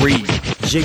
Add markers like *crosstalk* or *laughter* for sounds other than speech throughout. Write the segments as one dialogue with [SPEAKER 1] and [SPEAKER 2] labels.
[SPEAKER 1] Reed, G.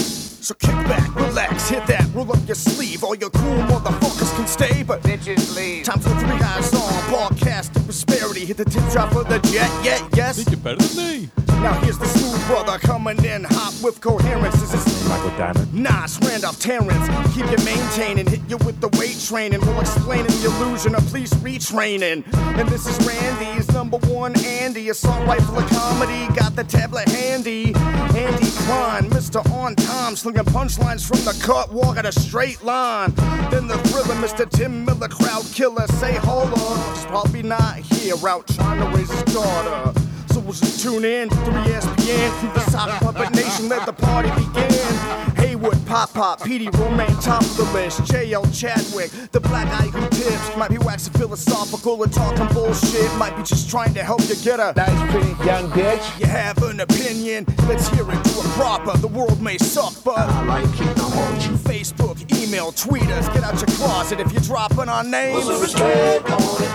[SPEAKER 2] So kick back, relax, hit that, roll up your sleeve. All your cool motherfuckers can stay, but
[SPEAKER 3] Bitches leave.
[SPEAKER 2] time for three eyes on. Broadcast the prosperity, hit the tip drop of the jet, yeah, yes.
[SPEAKER 4] Think you're better than me.
[SPEAKER 2] Now here's the smooth brother coming in hot with coherence. This is
[SPEAKER 1] Michael Diamond.
[SPEAKER 2] Nas, Randolph, Terrence. Keep you maintaining, hit you with the weight training. We'll explain the illusion of police retraining. And this is Randy's number one Andy. Assault rifle of comedy, got the tablet handy. Andy Klein, Mr. On Time, slinging punchlines from the cut, walk at a straight line. Then the thriller, Mr. Tim Miller, crowd killer. Say, hold on, he's probably not here, out trying to raise his daughter. So we'll just tune in to 3SPN through the sock puppet nation. Let the party begin. Haywood, Pop Pop, Petey, Romaine, top of the list. JL Chadwick, the black guy who tips. Might be waxing philosophical and talking bullshit. Might be just trying to help you get a.
[SPEAKER 3] Nice, pretty young bitch.
[SPEAKER 2] You have an opinion, let's hear it do it proper. The world may suck, but
[SPEAKER 3] I like it, I want you.
[SPEAKER 2] Facebook, email, tweet us, get out your closet if you're dropping our names.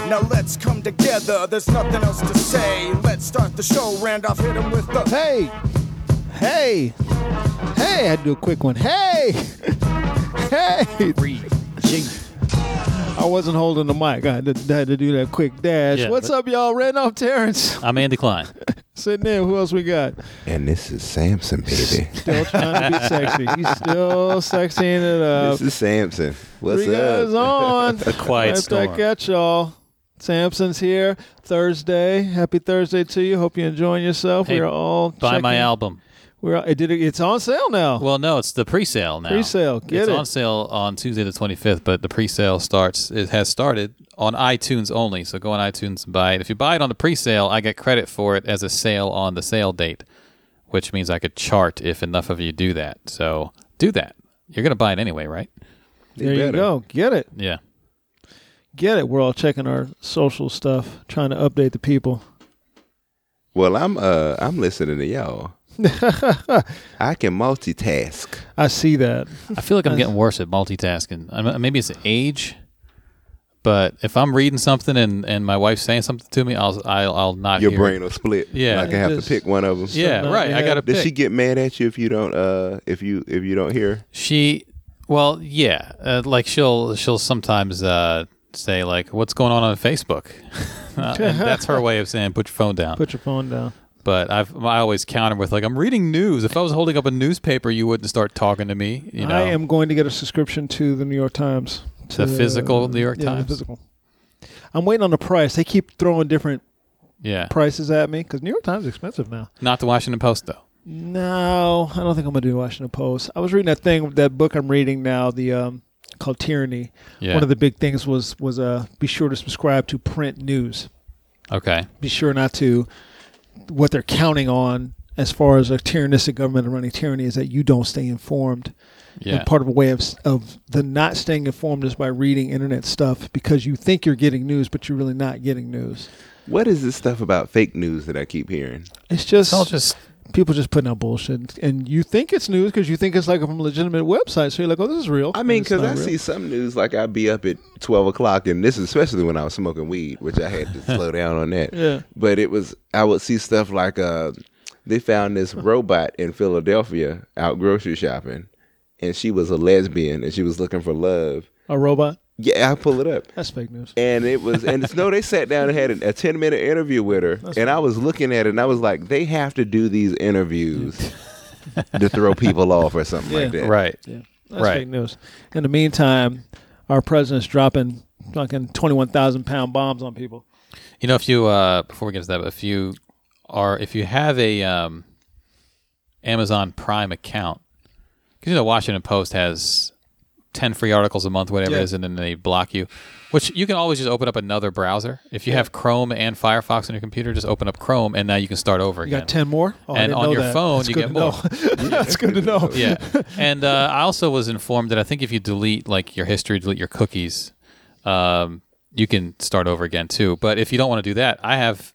[SPEAKER 2] Now let's come together, there's nothing else to say. Let's start the show, Randolph, hit him with the.
[SPEAKER 5] Hey, hey, hey! I had to do a quick one. Hey, hey!
[SPEAKER 1] Reed, G.
[SPEAKER 5] I wasn't holding the mic. I had to, had to do that quick dash.
[SPEAKER 6] Yeah,
[SPEAKER 5] What's
[SPEAKER 6] but-
[SPEAKER 5] up, y'all? Randolph Terrence
[SPEAKER 6] I'm Andy Klein.
[SPEAKER 5] sitting in. Who else we got?
[SPEAKER 7] And this is Samson, baby.
[SPEAKER 5] Still trying to be sexy. He's still sexying it up.
[SPEAKER 7] *laughs* this is Samson. What's
[SPEAKER 5] Three guys
[SPEAKER 7] up?
[SPEAKER 5] on.
[SPEAKER 6] The *laughs* quiet
[SPEAKER 5] That's I
[SPEAKER 6] storm.
[SPEAKER 5] got y'all. Samson's here. Thursday. Happy Thursday to you. Hope you're enjoying yourself.
[SPEAKER 6] Hey,
[SPEAKER 5] We're all
[SPEAKER 6] Buy my
[SPEAKER 5] checking-
[SPEAKER 6] album.
[SPEAKER 5] We're all, it did. It's on sale now.
[SPEAKER 6] Well, no, it's the pre-sale now.
[SPEAKER 5] Pre-sale, get
[SPEAKER 6] it's
[SPEAKER 5] it.
[SPEAKER 6] on sale on Tuesday the 25th, but the pre-sale starts. It has started on iTunes only. So go on iTunes and buy it. If you buy it on the pre-sale, I get credit for it as a sale on the sale date, which means I could chart if enough of you do that. So do that. You're gonna buy it anyway, right?
[SPEAKER 5] there you go. Get it.
[SPEAKER 6] Yeah.
[SPEAKER 5] Get it. We're all checking our social stuff, trying to update the people.
[SPEAKER 7] Well, I'm uh I'm listening
[SPEAKER 6] *laughs*
[SPEAKER 7] to y'all. I can multitask.
[SPEAKER 5] I see that.
[SPEAKER 6] I feel like I'm getting worse at multitasking. I'm, maybe it's age, but if I'm reading something and, and my wife's saying something to me, I'll I'll, I'll not
[SPEAKER 7] Your
[SPEAKER 6] hear it.
[SPEAKER 7] brain will split.
[SPEAKER 6] Yeah.
[SPEAKER 7] like I have
[SPEAKER 5] Just-
[SPEAKER 7] to pick one of them.
[SPEAKER 6] Yeah,
[SPEAKER 5] Something
[SPEAKER 6] right.
[SPEAKER 5] like
[SPEAKER 6] I
[SPEAKER 5] that.
[SPEAKER 6] got to
[SPEAKER 7] Does
[SPEAKER 6] pick.
[SPEAKER 7] she get mad at you if you don't uh if you if you don't hear?
[SPEAKER 6] She, well, yeah, uh, like she'll she'll sometimes uh, say like, "What's going on on Facebook?" *laughs* Uh, and that's her way of saying, "Put your phone
[SPEAKER 5] *laughs*
[SPEAKER 6] down."
[SPEAKER 5] Put your phone down.
[SPEAKER 6] but I've I always counter with like, "I'm reading news. If I was holding up a newspaper, you wouldn't start talking to me." You know,
[SPEAKER 5] I am going to get a subscription to the New York Times.
[SPEAKER 6] The physical New York
[SPEAKER 5] yeah,
[SPEAKER 6] Times?
[SPEAKER 5] The physical. I'm waiting on the price. They keep throwing different
[SPEAKER 6] yeah,
[SPEAKER 5] prices at me because New York Times is expensive now.
[SPEAKER 6] not the Washington Post though.
[SPEAKER 5] No, I don't think I'm gonna do Washington Post. I was reading that thing, that book I'm reading now, the um, called Tyranny.
[SPEAKER 6] Yeah.
[SPEAKER 5] One of the big things was was uh, be sure to subscribe to print news.
[SPEAKER 6] Okay,
[SPEAKER 5] be sure not to what they're counting on as far as a tyrannistic government running tyranny is that you don't stay informed
[SPEAKER 6] yeah,
[SPEAKER 5] and part of a way of, of the not staying informed is by reading internet stuff because you think you're getting news but you're really not getting news
[SPEAKER 7] What is this stuff about fake news that I keep hearing?
[SPEAKER 5] it's just,
[SPEAKER 6] it's all just
[SPEAKER 5] people just putting out bullshit and you think it's news because you think it's like from a legitimate website so you're like oh this is real
[SPEAKER 7] I mean,
[SPEAKER 5] It's
[SPEAKER 7] because
[SPEAKER 5] not
[SPEAKER 7] I
[SPEAKER 5] real.
[SPEAKER 7] see some news like I'd be up at twelve o'clock, and this is especially when I was smoking weed, which I
[SPEAKER 5] *laughs*
[SPEAKER 7] had to slow down on that.
[SPEAKER 5] Yeah.
[SPEAKER 7] But it was I would see stuff like uh, they found
[SPEAKER 5] *laughs*
[SPEAKER 7] this robot in Philadelphia out grocery shopping, and she was a lesbian and she was looking for love.
[SPEAKER 5] a robot
[SPEAKER 7] Yeah, I pull it up.
[SPEAKER 5] that's fake news
[SPEAKER 7] And it was, and it's no,
[SPEAKER 5] *laughs*
[SPEAKER 7] they sat down and had a, a 10 minute interview with her. and I was looking at it and I was like, they have to do these interviews
[SPEAKER 5] *laughs*
[SPEAKER 7] to throw people off or something like
[SPEAKER 5] Yeah.
[SPEAKER 7] that.
[SPEAKER 6] right.
[SPEAKER 5] That's
[SPEAKER 6] Right.
[SPEAKER 5] fake news. In the meantime, our president's dropping fucking twenty-one thousand pound bombs on people.
[SPEAKER 6] You know, if you uh, before we get to that, if you are if you have a um, Amazon Prime account, because you know Washington Post has ten free articles a month, whatever it is, and then they block you. Which you can always just open up another browser. If you have Chrome and Firefox on your computer, just open up Chrome, and now you can start over
[SPEAKER 5] You
[SPEAKER 6] again.
[SPEAKER 5] got ten more, oh, I
[SPEAKER 6] And
[SPEAKER 5] didn't
[SPEAKER 6] on
[SPEAKER 5] know
[SPEAKER 6] your
[SPEAKER 5] that.
[SPEAKER 6] phone,
[SPEAKER 5] That's
[SPEAKER 6] you
[SPEAKER 5] good
[SPEAKER 6] get
[SPEAKER 5] to
[SPEAKER 6] more.
[SPEAKER 5] know. *laughs* That's good to know.
[SPEAKER 6] yeah. And uh, I also was informed that I think if you delete like your history, delete your cookies, um, you can start over again too. But if you don't want to do that, I have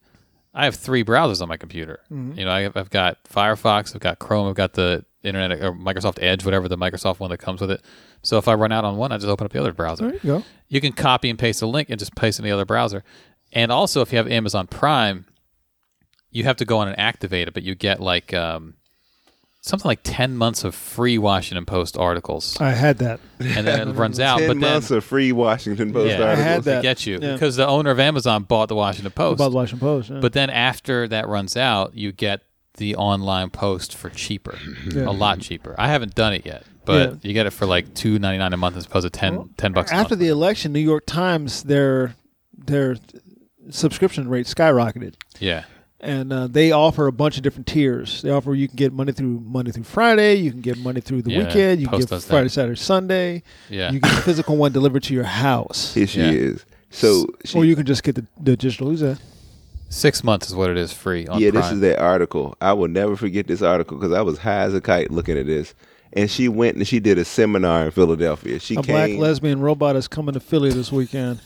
[SPEAKER 6] I have three browsers on my computer.
[SPEAKER 5] Mm-hmm.
[SPEAKER 6] You know, I have, I've got Firefox, I've got Chrome, I've got the Internet or Microsoft Edge, whatever the Microsoft one that comes with it. So if I run out on one, I just open up the other browser.
[SPEAKER 5] There you go.
[SPEAKER 6] You can copy and paste the link and just paste it in the other browser. And also, if you have Amazon Prime, you have to go on and activate it, but you get like um, something like ten months of free Washington Post
[SPEAKER 5] *laughs*
[SPEAKER 6] articles,
[SPEAKER 5] I had that.
[SPEAKER 6] and then it runs out.
[SPEAKER 7] Ten
[SPEAKER 6] but then
[SPEAKER 7] months of free Washington Post
[SPEAKER 6] Yeah. I
[SPEAKER 7] articles.
[SPEAKER 5] had that.
[SPEAKER 6] they get you
[SPEAKER 5] Yeah.
[SPEAKER 6] because the owner of Amazon bought the Washington Post.
[SPEAKER 5] About Washington Post. yeah.
[SPEAKER 6] But then after that runs out, you get the online post for cheaper, a lot cheaper. I haven't done it yet, but
[SPEAKER 5] Yeah.
[SPEAKER 6] you get it for like two ninety nine a month as opposed to 10, 10 bucks.
[SPEAKER 5] after
[SPEAKER 6] a month.
[SPEAKER 5] the election, New York Times their their subscription rate skyrocketed,
[SPEAKER 6] yeah,
[SPEAKER 5] and uh, they offer a bunch of different tiers. They offer you can get Monday through Monday through Friday, you can get Monday through the
[SPEAKER 6] Yeah,
[SPEAKER 5] weekend, you can
[SPEAKER 6] Post
[SPEAKER 5] get
[SPEAKER 6] does that.
[SPEAKER 5] Friday, Saturday, Sunday.
[SPEAKER 6] Yeah.
[SPEAKER 5] you get the physical one delivered to your house,
[SPEAKER 7] *laughs* Here she
[SPEAKER 6] Yeah.
[SPEAKER 7] is. So she,
[SPEAKER 5] or oh, you can just get the, the digital. Who's that?
[SPEAKER 6] six months is what it is free on
[SPEAKER 7] yeah,
[SPEAKER 6] Prime.
[SPEAKER 7] this is that article. I will never forget this article because I was high as a kite looking at this. And she went and she did a seminar in Philadelphia. She
[SPEAKER 5] A
[SPEAKER 7] came
[SPEAKER 5] black lesbian robot is coming to Philly this weekend.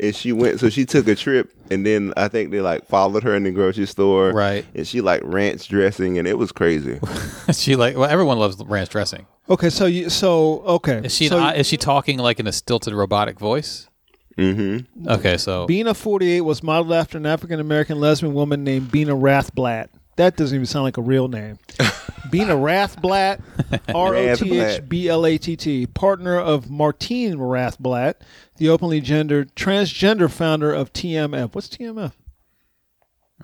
[SPEAKER 7] and she went. So she took a trip, and then I think they like followed her in the grocery store,
[SPEAKER 6] Right.
[SPEAKER 7] And she like ranch dressing, and it was
[SPEAKER 5] *laughs*
[SPEAKER 7] crazy.
[SPEAKER 6] *laughs* she like well, everyone loves ranch dressing.
[SPEAKER 5] Okay, so you so okay.
[SPEAKER 6] Is she
[SPEAKER 5] so
[SPEAKER 6] an, is she talking like in a stilted robotic voice? Mm-hmm. Okay, so
[SPEAKER 5] Bina 48 was modeled after an African American lesbian woman named Bina Rathblatt. That doesn't even sound like a real name. Bina Rathblatt, R O T H B L A T T, partner of Martine Rathblatt, the openly gendered transgender founder of TMF. What's TMF?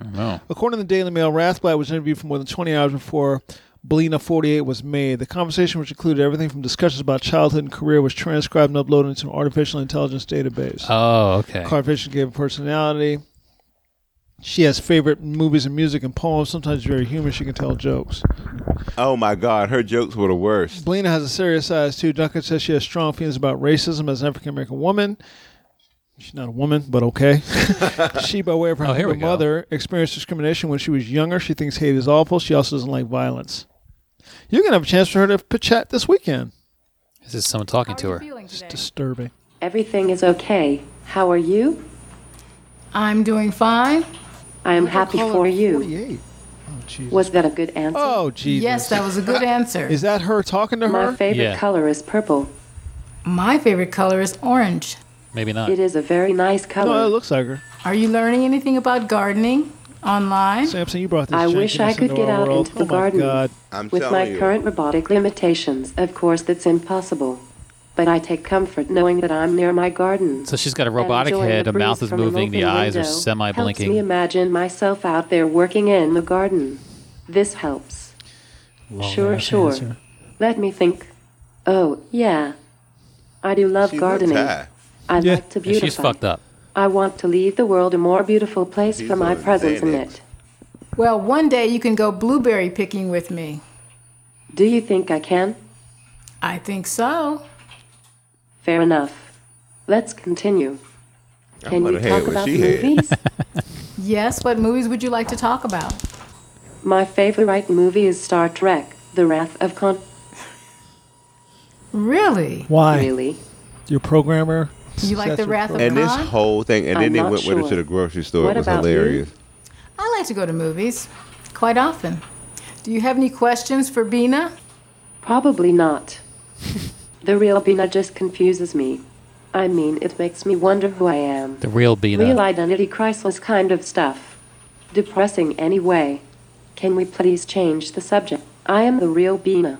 [SPEAKER 6] no,
[SPEAKER 5] According to the Daily Mail, Rathblatt was interviewed for more than 20 hours before Belina 48 was made. The conversation, which included everything from discussions about childhood and career, was transcribed and uploaded into an artificial intelligence database.
[SPEAKER 6] oh okay,
[SPEAKER 5] Carnation gave her personality. She has favorite movies and music and poems. Sometimes very humorous. She can tell jokes.
[SPEAKER 7] oh my god, her jokes were the worst.
[SPEAKER 5] Blina has a serious side too. Duncan says she has strong feelings about racism as an African American woman. She's not a woman, but okay. she, by way of her
[SPEAKER 6] Oh, here we
[SPEAKER 5] her
[SPEAKER 6] go.
[SPEAKER 5] mother, experienced discrimination when she was younger. She thinks hate is awful. She also doesn't like violence. You're gonna have a chance for her to p- chat this weekend.
[SPEAKER 6] this is someone talking to
[SPEAKER 1] How are you
[SPEAKER 6] her.
[SPEAKER 1] feeling today?
[SPEAKER 5] Disturbing.
[SPEAKER 4] Everything is okay. How are you?
[SPEAKER 1] I'm doing fine.
[SPEAKER 4] I am happy for you.
[SPEAKER 5] Forty-eight. Oh Jesus.
[SPEAKER 4] Was that a good answer?
[SPEAKER 5] Oh Jesus.
[SPEAKER 1] Yes, that was a good answer.
[SPEAKER 5] Is that her talking to
[SPEAKER 4] My
[SPEAKER 5] her?
[SPEAKER 4] favorite
[SPEAKER 6] Yeah.
[SPEAKER 4] color is purple.
[SPEAKER 1] My favorite color is orange.
[SPEAKER 6] Maybe not.
[SPEAKER 4] It is a very nice color.
[SPEAKER 5] No, it looks like her.
[SPEAKER 1] Are you learning anything about gardening online?
[SPEAKER 5] Samson, you brought this.
[SPEAKER 4] I wish
[SPEAKER 5] jankiness
[SPEAKER 4] I could
[SPEAKER 5] into
[SPEAKER 4] get
[SPEAKER 5] our
[SPEAKER 4] out
[SPEAKER 5] world.
[SPEAKER 4] into the
[SPEAKER 5] oh
[SPEAKER 4] garden.
[SPEAKER 5] My God.
[SPEAKER 7] I'm
[SPEAKER 4] With my
[SPEAKER 7] telling you.
[SPEAKER 4] current robotic limitations, of course, that's impossible. But I take comfort knowing that I'm near my garden.
[SPEAKER 6] So she's got a robotic
[SPEAKER 4] enjoying
[SPEAKER 6] head,
[SPEAKER 4] the
[SPEAKER 6] a mouth
[SPEAKER 4] breeze
[SPEAKER 6] is
[SPEAKER 4] from a
[SPEAKER 6] moving, the
[SPEAKER 4] open
[SPEAKER 6] eyes are
[SPEAKER 4] window
[SPEAKER 6] semi
[SPEAKER 4] Helps me
[SPEAKER 6] blinking.
[SPEAKER 4] imagine myself out there working in the garden. This helps. sure,
[SPEAKER 5] ass
[SPEAKER 4] sure.
[SPEAKER 5] answer.
[SPEAKER 4] Let me think. Oh, yeah. I do love
[SPEAKER 7] She looked
[SPEAKER 4] gardening.
[SPEAKER 7] high.
[SPEAKER 4] I
[SPEAKER 5] Yeah.
[SPEAKER 4] like to
[SPEAKER 6] And
[SPEAKER 4] beautify.
[SPEAKER 6] she's fucked up.
[SPEAKER 4] I want to leave the world a more beautiful place
[SPEAKER 7] She's
[SPEAKER 4] for my
[SPEAKER 7] doing
[SPEAKER 4] presence in
[SPEAKER 7] Xanax.
[SPEAKER 4] it.
[SPEAKER 1] Well, one day you can go blueberry picking with me.
[SPEAKER 4] Do you think I can?
[SPEAKER 1] I think so.
[SPEAKER 4] Fair enough. Let's continue. Can
[SPEAKER 7] might
[SPEAKER 4] you
[SPEAKER 7] have had
[SPEAKER 4] talk
[SPEAKER 7] what
[SPEAKER 4] about
[SPEAKER 7] she had. *laughs*
[SPEAKER 4] movies?
[SPEAKER 1] Yes, what movies would you like to talk about?
[SPEAKER 4] My favorite movie is Star Trek: The Wrath of Khan.
[SPEAKER 1] Really?
[SPEAKER 5] Why?
[SPEAKER 4] Really?
[SPEAKER 5] Your programmer.
[SPEAKER 1] You like The
[SPEAKER 5] Seth
[SPEAKER 1] Wrath of
[SPEAKER 7] And this
[SPEAKER 1] Khan?
[SPEAKER 7] whole thing, and
[SPEAKER 4] I'm
[SPEAKER 7] then they
[SPEAKER 4] not
[SPEAKER 7] went with her
[SPEAKER 4] sure.
[SPEAKER 7] to the grocery store.
[SPEAKER 4] What
[SPEAKER 7] it was
[SPEAKER 4] about you?
[SPEAKER 7] hilarious.
[SPEAKER 1] I like to go to movies quite often. Do you have any questions for Bina?
[SPEAKER 4] Probably not. the real Bina just confuses me. I mean, it makes me wonder who I am.
[SPEAKER 6] The real Bina.
[SPEAKER 4] Real identity crisis kind of stuff. Depressing anyway. Can we please change the subject? I am the real Bina.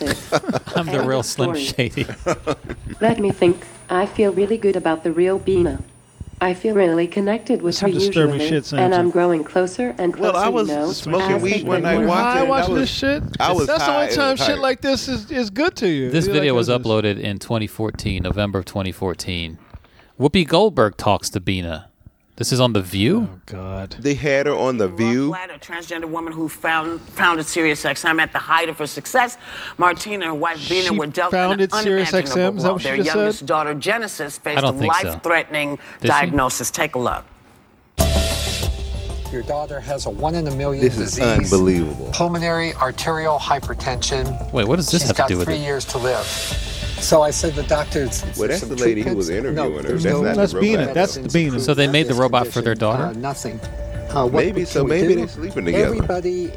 [SPEAKER 7] *laughs*
[SPEAKER 4] it.
[SPEAKER 6] *laughs* I'm the
[SPEAKER 4] *laughs* End
[SPEAKER 6] real
[SPEAKER 4] of
[SPEAKER 6] Slim
[SPEAKER 4] story.
[SPEAKER 6] Shady.
[SPEAKER 4] *laughs* Let me think. I feel really good about the real Bina. I feel really connected with
[SPEAKER 5] Some
[SPEAKER 4] her
[SPEAKER 5] disturbing
[SPEAKER 4] usually,
[SPEAKER 5] shit, Samson.
[SPEAKER 4] and I'm growing closer and
[SPEAKER 7] Well,
[SPEAKER 4] closer.
[SPEAKER 7] I was
[SPEAKER 4] you know,
[SPEAKER 7] smoking
[SPEAKER 4] as
[SPEAKER 7] weed
[SPEAKER 4] they
[SPEAKER 7] one
[SPEAKER 4] get
[SPEAKER 7] night
[SPEAKER 4] more-
[SPEAKER 5] Khan.
[SPEAKER 7] watching-
[SPEAKER 5] I
[SPEAKER 7] Watch it.
[SPEAKER 5] watch
[SPEAKER 7] I was-
[SPEAKER 5] this shit.
[SPEAKER 7] I was
[SPEAKER 5] That's the
[SPEAKER 7] high
[SPEAKER 5] only
[SPEAKER 7] as a
[SPEAKER 5] time shit
[SPEAKER 7] kite.
[SPEAKER 5] like this is, is good to you.
[SPEAKER 6] This
[SPEAKER 5] You
[SPEAKER 6] video
[SPEAKER 5] like
[SPEAKER 6] was
[SPEAKER 5] this.
[SPEAKER 6] uploaded in 2014, November of 2014. Whoopi Goldberg talks to Bina. This is on The
[SPEAKER 5] Oh.
[SPEAKER 6] View.
[SPEAKER 5] God.
[SPEAKER 7] *laughs* They had her on the View.
[SPEAKER 8] Blatt, a transgender woman who found, founded SiriusXM at the height of her success. Martina and her wife
[SPEAKER 5] She
[SPEAKER 8] Bina were dealt
[SPEAKER 5] founded
[SPEAKER 8] an unimaginable
[SPEAKER 5] SiriusXM? Is that
[SPEAKER 8] blow.
[SPEAKER 5] what she
[SPEAKER 8] Their
[SPEAKER 5] just said?
[SPEAKER 8] youngest daughter, Genesis,
[SPEAKER 6] I
[SPEAKER 8] faced a
[SPEAKER 6] don't think so.
[SPEAKER 8] life-threatening
[SPEAKER 6] she?
[SPEAKER 8] diagnosis. Take a look.
[SPEAKER 9] Your daughter has a one in a million
[SPEAKER 7] This is
[SPEAKER 9] disease.
[SPEAKER 7] unbelievable.
[SPEAKER 9] Pulmonary arterial hypertension.
[SPEAKER 6] Wait, what does this
[SPEAKER 9] She's
[SPEAKER 6] have to
[SPEAKER 9] got
[SPEAKER 6] do with
[SPEAKER 9] three
[SPEAKER 6] it?
[SPEAKER 9] years to live. So I said to the doctor, it's, it's
[SPEAKER 7] Well, that's
[SPEAKER 9] some
[SPEAKER 7] the lady who
[SPEAKER 9] treatments.
[SPEAKER 7] was interviewing
[SPEAKER 9] no,
[SPEAKER 7] her.
[SPEAKER 9] there's
[SPEAKER 7] That's
[SPEAKER 9] no
[SPEAKER 7] not the
[SPEAKER 5] That's Bina.
[SPEAKER 9] medicines
[SPEAKER 5] That's the Bina.
[SPEAKER 9] approved
[SPEAKER 6] So they
[SPEAKER 9] for
[SPEAKER 6] made the
[SPEAKER 9] this
[SPEAKER 6] robot for their
[SPEAKER 9] condition.
[SPEAKER 6] daughter?
[SPEAKER 9] Uh, nothing. Uh, what
[SPEAKER 7] Maybe
[SPEAKER 9] we
[SPEAKER 7] so.
[SPEAKER 9] can
[SPEAKER 7] Maybe
[SPEAKER 9] do,
[SPEAKER 7] they're sleeping together.
[SPEAKER 9] Everybody